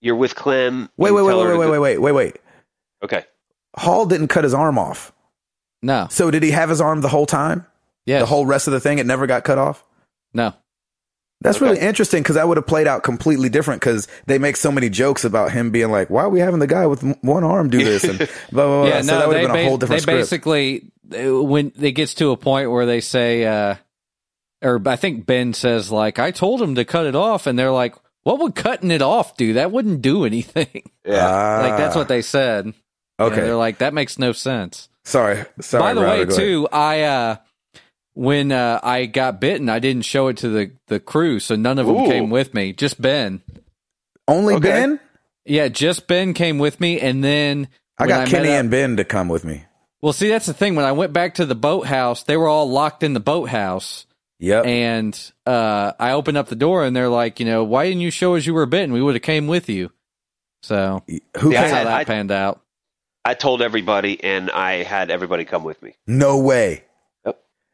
[SPEAKER 2] you're with Clem.
[SPEAKER 1] wait,
[SPEAKER 2] You
[SPEAKER 1] wait, wait,
[SPEAKER 2] tell her
[SPEAKER 1] wait,
[SPEAKER 2] to
[SPEAKER 1] wait,
[SPEAKER 2] go-
[SPEAKER 1] wait, wait, wait, wait.
[SPEAKER 2] Okay.
[SPEAKER 1] Hall didn't cut his arm off.
[SPEAKER 3] no,
[SPEAKER 1] So did he have his arm the whole time?
[SPEAKER 3] yes,
[SPEAKER 1] The whole rest of the thing? It never got cut off?
[SPEAKER 3] no.
[SPEAKER 1] That's
[SPEAKER 2] Okay.
[SPEAKER 1] really interesting because that would have played out completely different because they make so many jokes about him being like, why are we having the guy with m- one arm do this? <laughs> And blah, blah, blah.
[SPEAKER 3] yeah,
[SPEAKER 1] so
[SPEAKER 3] no,
[SPEAKER 1] that would
[SPEAKER 3] they,
[SPEAKER 1] have been a
[SPEAKER 3] bas-
[SPEAKER 1] whole different
[SPEAKER 3] they
[SPEAKER 1] script.
[SPEAKER 3] basically they- when it gets to a point where they say, uh, or I think Ben says like, I told him to cut it off, and they're like, what would cutting it off do? That wouldn't do anything.
[SPEAKER 2] Yeah.
[SPEAKER 3] like that's
[SPEAKER 1] Ah,
[SPEAKER 3] what they said. You know,
[SPEAKER 1] Okay.
[SPEAKER 3] they're like, that makes no sense.
[SPEAKER 1] sorry. Sorry.
[SPEAKER 3] By the
[SPEAKER 1] Ryder,
[SPEAKER 3] way,
[SPEAKER 1] go ahead.
[SPEAKER 3] too, I uh when uh, I got bitten, I didn't show it to the the crew, so none of them
[SPEAKER 2] Ooh.
[SPEAKER 3] came with me. Just Ben.
[SPEAKER 1] Only
[SPEAKER 2] Okay.
[SPEAKER 1] Ben?
[SPEAKER 3] Yeah, just Ben came with me, and then
[SPEAKER 1] I
[SPEAKER 3] when
[SPEAKER 1] got
[SPEAKER 3] met
[SPEAKER 1] Kenny
[SPEAKER 3] up-
[SPEAKER 1] and Ben to come with me.
[SPEAKER 3] Well, see, that's the thing. When I went back to the boathouse, they were all locked in the boathouse,
[SPEAKER 1] Yep.
[SPEAKER 3] and uh, I opened up the door, and they're like, you know, why didn't you show us you were bitten? We would have came with you. So
[SPEAKER 1] Who
[SPEAKER 2] Yeah,
[SPEAKER 3] that's
[SPEAKER 1] came?
[SPEAKER 3] how
[SPEAKER 2] I-
[SPEAKER 3] that
[SPEAKER 2] I-
[SPEAKER 3] panned out.
[SPEAKER 2] I told everybody, and I had everybody come with me.
[SPEAKER 1] no way.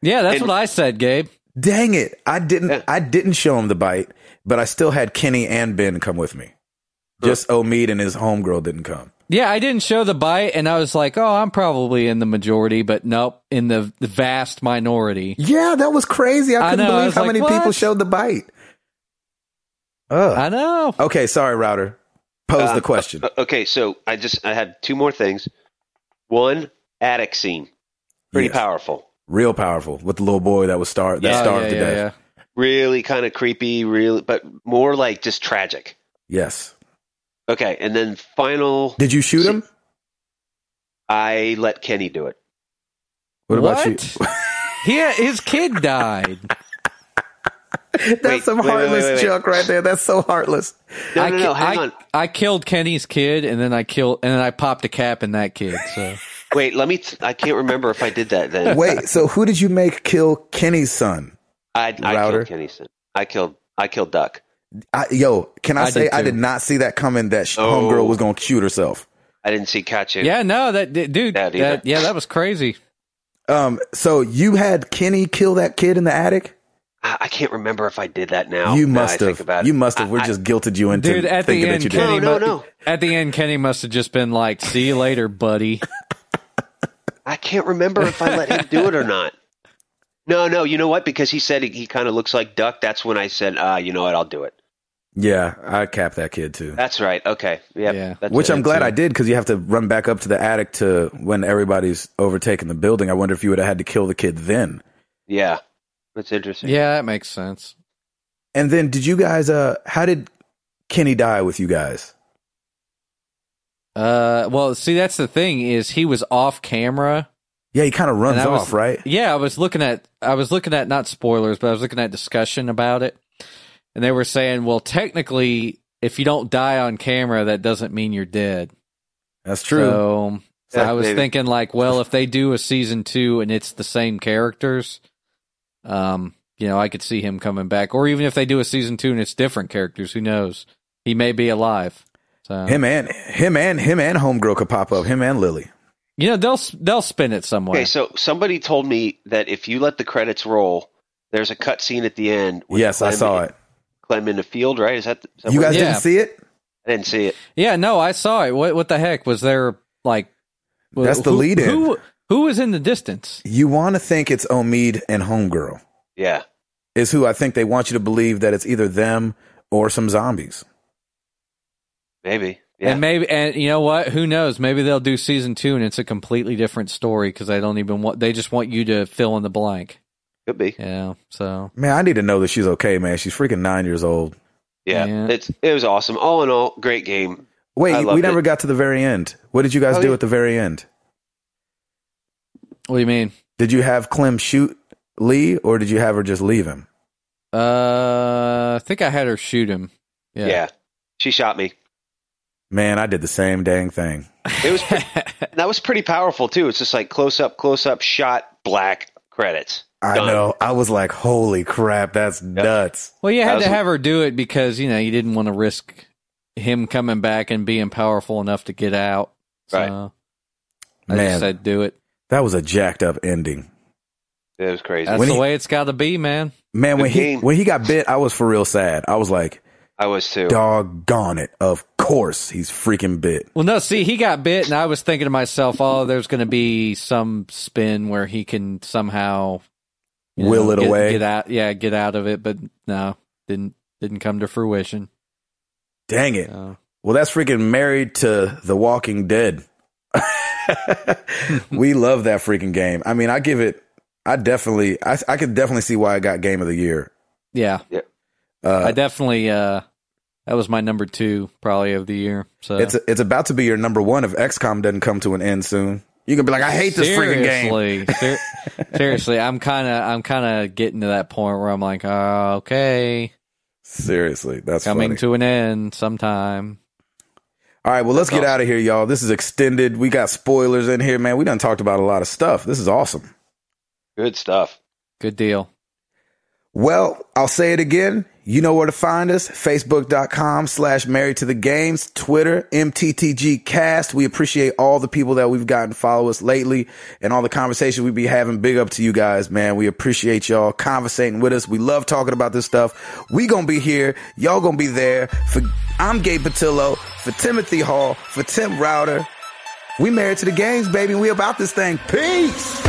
[SPEAKER 3] Yeah, that's
[SPEAKER 2] And-
[SPEAKER 3] what I said, Gabe.
[SPEAKER 1] Dang it! I didn't.
[SPEAKER 2] Yeah.
[SPEAKER 1] I didn't show him the bite, but I still had Kenny and Ben come with me. Just Omid and his homegirl didn't come.
[SPEAKER 3] Yeah, I didn't show the bite, and I was like, oh, I'm probably in the majority, but nope, in the, the vast minority.
[SPEAKER 1] Yeah, that was crazy. I
[SPEAKER 3] I
[SPEAKER 1] couldn't
[SPEAKER 3] know, I
[SPEAKER 1] believe
[SPEAKER 3] was
[SPEAKER 1] how
[SPEAKER 3] like,
[SPEAKER 1] many people
[SPEAKER 3] what?
[SPEAKER 1] showed the bite. Ugh.
[SPEAKER 3] I know.
[SPEAKER 1] okay, sorry, router. Pose
[SPEAKER 2] Uh,
[SPEAKER 1] the question.
[SPEAKER 2] Uh, Okay, so I just I had two more things. One attic scene, pretty
[SPEAKER 1] Yes.
[SPEAKER 2] powerful,
[SPEAKER 1] Real powerful with the little boy that was starved. That
[SPEAKER 3] Oh,
[SPEAKER 2] Yeah,
[SPEAKER 1] starved to death.
[SPEAKER 2] really kind of creepy, really, but more like just tragic.
[SPEAKER 1] Yes.
[SPEAKER 2] Okay, and then final,
[SPEAKER 1] Did you shoot him?
[SPEAKER 2] I let Kenny do it. <laughs>
[SPEAKER 3] <laughs>
[SPEAKER 1] What about you?
[SPEAKER 3] What? yeah, his kid died.
[SPEAKER 1] That's
[SPEAKER 2] Wait,
[SPEAKER 1] some
[SPEAKER 2] wait, wait,
[SPEAKER 1] heartless
[SPEAKER 2] wait, wait.
[SPEAKER 1] junk right there. That's so heartless.
[SPEAKER 2] <laughs> No,
[SPEAKER 3] I,
[SPEAKER 2] no,
[SPEAKER 3] ki-
[SPEAKER 2] no. Hang
[SPEAKER 3] I,
[SPEAKER 2] on.
[SPEAKER 3] I killed Kenny's kid, and then I killed, and then I popped a cap in that kid. So
[SPEAKER 2] Wait, let me. T- I can't remember if I did that then.
[SPEAKER 1] Wait, so who did you make kill Kenny's son?
[SPEAKER 2] I, I
[SPEAKER 1] Router.
[SPEAKER 2] killed Kennison. I killed. I killed Duck.
[SPEAKER 1] I, yo, can I,
[SPEAKER 3] I
[SPEAKER 1] say
[SPEAKER 3] did
[SPEAKER 1] I
[SPEAKER 3] too.
[SPEAKER 1] did not see that coming that sh
[SPEAKER 2] Oh.
[SPEAKER 1] homegirl was going to shoot herself.
[SPEAKER 2] I didn't see Kachu.
[SPEAKER 3] yeah, no, that d- dude,
[SPEAKER 2] That
[SPEAKER 3] that,
[SPEAKER 2] either.
[SPEAKER 3] yeah, that was crazy.
[SPEAKER 1] Um, so you had Kenny kill that kid in the attic?
[SPEAKER 2] I I can't remember if I did that now.
[SPEAKER 1] you
[SPEAKER 2] now I
[SPEAKER 1] must
[SPEAKER 2] think
[SPEAKER 1] have.
[SPEAKER 2] about it.
[SPEAKER 1] You must have.
[SPEAKER 2] I-
[SPEAKER 1] We're
[SPEAKER 2] I-
[SPEAKER 1] just guilted you into
[SPEAKER 3] Dude, at
[SPEAKER 1] thinking
[SPEAKER 3] the
[SPEAKER 1] that you
[SPEAKER 3] end,
[SPEAKER 1] did.
[SPEAKER 3] Kenny,
[SPEAKER 2] No, no,
[SPEAKER 3] mu-
[SPEAKER 2] no.
[SPEAKER 3] At the end, Kenny must have just been like, "See you later,
[SPEAKER 2] <laughs>
[SPEAKER 3] buddy."
[SPEAKER 2] I can't remember if I let him do it
[SPEAKER 1] <laughs>
[SPEAKER 2] or not. No, no. You know what? Because he said he, he kind of looks like Duck. That's when I said, ah, you know what? I'll do it.
[SPEAKER 1] Yeah, I capped that kid too.
[SPEAKER 2] That's right. Okay. Yep,
[SPEAKER 3] Yeah.
[SPEAKER 2] That's
[SPEAKER 1] Which
[SPEAKER 2] it.
[SPEAKER 1] I'm glad
[SPEAKER 3] too.
[SPEAKER 1] I did because you have to run back up to the attic to when everybody's overtaking the building. I wonder if you would have had to kill the kid then.
[SPEAKER 2] Yeah. That's interesting.
[SPEAKER 3] yeah, that makes sense.
[SPEAKER 1] And then did you guys? Uh, how did Kenny die with you guys?
[SPEAKER 3] Uh, well, see, that's the thing is he was off camera.
[SPEAKER 1] Yeah, he kind of runs
[SPEAKER 3] And I was-
[SPEAKER 1] off, right?
[SPEAKER 3] Yeah, I was looking at I was looking at not spoilers, but I was looking at discussion about it. And they were saying, well, technically, if you don't die on camera, that doesn't mean you're dead.
[SPEAKER 1] That's true.
[SPEAKER 2] uh,
[SPEAKER 3] So, so
[SPEAKER 2] Yeah,
[SPEAKER 3] I was
[SPEAKER 2] maybe.
[SPEAKER 3] thinking like, well, if they do a season 2 and it's the same characters, um, you know, I could see him coming back or even if they do a season 2 and it's different characters, who knows? He may be alive. So
[SPEAKER 1] him and him and him and homegirl could pop up. Him and Lily.
[SPEAKER 3] You know, they'll they'll spin it somewhere.
[SPEAKER 2] Okay. So somebody told me that if you let the credits roll, there's a cut scene at the end. with
[SPEAKER 1] yes, I
[SPEAKER 2] Clem
[SPEAKER 1] saw
[SPEAKER 2] in-
[SPEAKER 1] it.
[SPEAKER 2] Clem in the field, right? Is that the,
[SPEAKER 1] You guys
[SPEAKER 3] Yeah.
[SPEAKER 1] didn't see it?
[SPEAKER 2] I didn't see it.
[SPEAKER 3] Yeah, no, I saw it. What what the heck was there? Like wh-
[SPEAKER 1] That's the
[SPEAKER 3] who-
[SPEAKER 1] lead-in.
[SPEAKER 3] Who who was in the distance?
[SPEAKER 1] You want to think it's Omid and homegirl
[SPEAKER 2] Yeah.
[SPEAKER 1] is who I think they want you to believe that it's either them or some zombies.
[SPEAKER 2] Maybe. Yeah.
[SPEAKER 3] And maybe and you know what? Who knows? Maybe they'll do season two and it's a completely different story because they don't even want. They just want you to fill in the blank.
[SPEAKER 2] Could be.
[SPEAKER 3] Yeah. So
[SPEAKER 1] Man, I need to know that she's okay, man. She's freaking nine years old.
[SPEAKER 2] Yeah.
[SPEAKER 3] Yeah.
[SPEAKER 2] It's it was awesome. All in all, great game. I
[SPEAKER 1] Wait, we
[SPEAKER 2] loved
[SPEAKER 1] never
[SPEAKER 2] it.
[SPEAKER 1] got to the very end. What did you guys
[SPEAKER 2] Oh,
[SPEAKER 1] do
[SPEAKER 2] yeah.
[SPEAKER 1] at the very end?
[SPEAKER 3] what do you mean?
[SPEAKER 1] Did you have Clem shoot Lee, or did you have her just leave him?
[SPEAKER 3] Uh, I think I had her shoot him.
[SPEAKER 2] Yeah.
[SPEAKER 3] Yeah.
[SPEAKER 2] She shot me.
[SPEAKER 1] Man, I did the same dang thing.
[SPEAKER 2] It was pretty, that was pretty powerful too. It's just like close up, close up, shot, black credits.
[SPEAKER 1] I
[SPEAKER 2] Done.
[SPEAKER 1] know. I was like, holy crap, that's nuts.
[SPEAKER 3] <laughs> well, you had
[SPEAKER 2] That
[SPEAKER 3] to
[SPEAKER 2] was-
[SPEAKER 3] have her do it because you know you didn't want to risk him coming back and being powerful enough to get out. So
[SPEAKER 2] Right.
[SPEAKER 3] I
[SPEAKER 1] Man.
[SPEAKER 3] just said do it.
[SPEAKER 1] That was a jacked up ending.
[SPEAKER 2] It was crazy.
[SPEAKER 3] That's
[SPEAKER 1] When
[SPEAKER 3] the
[SPEAKER 1] he-
[SPEAKER 3] way it's got to be, man.
[SPEAKER 1] Man, when he
[SPEAKER 2] Good game.
[SPEAKER 1] when he got bit, I was for real sad. I was like,
[SPEAKER 2] I was too.
[SPEAKER 1] doggone it. Of course he's freaking bit.
[SPEAKER 3] Well, no, see, he got bit, and I was thinking to myself, oh, there's going to be some spin where he can somehow you
[SPEAKER 1] Will it
[SPEAKER 3] get-
[SPEAKER 1] away.
[SPEAKER 3] Get out, yeah, get out of it. But no, didn't didn't come to fruition.
[SPEAKER 1] Dang it.
[SPEAKER 3] So.
[SPEAKER 1] Well, that's freaking married to The Walking Dead. <laughs> we love that freaking game. I mean, I give it. I definitely, I, I could definitely see why I got Game of the Year.
[SPEAKER 3] Yeah, I
[SPEAKER 1] Uh,
[SPEAKER 3] definitely. uh That was my number two, probably of the year. So
[SPEAKER 1] it's it's about to be your number one if XCOM doesn't come to an end soon. You can be like, I hate this freaking game.
[SPEAKER 3] seriously,
[SPEAKER 1] <laughs>
[SPEAKER 3] ser- seriously, I'm kind of I'm kind of getting to that point where I'm like, oh, okay,
[SPEAKER 1] Seriously, that's
[SPEAKER 3] coming
[SPEAKER 1] funny.
[SPEAKER 3] to an end sometime.
[SPEAKER 1] All right, well, let's
[SPEAKER 2] That's
[SPEAKER 1] get out of here, y'all. This is extended. We got spoilers in here, man. We done talked about a lot of stuff. This is awesome.
[SPEAKER 2] Good stuff.
[SPEAKER 3] Good deal.
[SPEAKER 1] Well, I'll say it again. You know where to find us. Facebook.com slash married to the games, Twitter, MTTG cast. We appreciate all the people that we've gotten to follow us lately and all the conversation we be having. Big up to you guys, man. We appreciate y'all conversating with us. We love talking about this stuff. We gonna be here. Y'all gonna be there. For I'm Gabe Patillo, for Timothy Hall, for Tim Router. We married to the games, baby. We about this thing. Peace.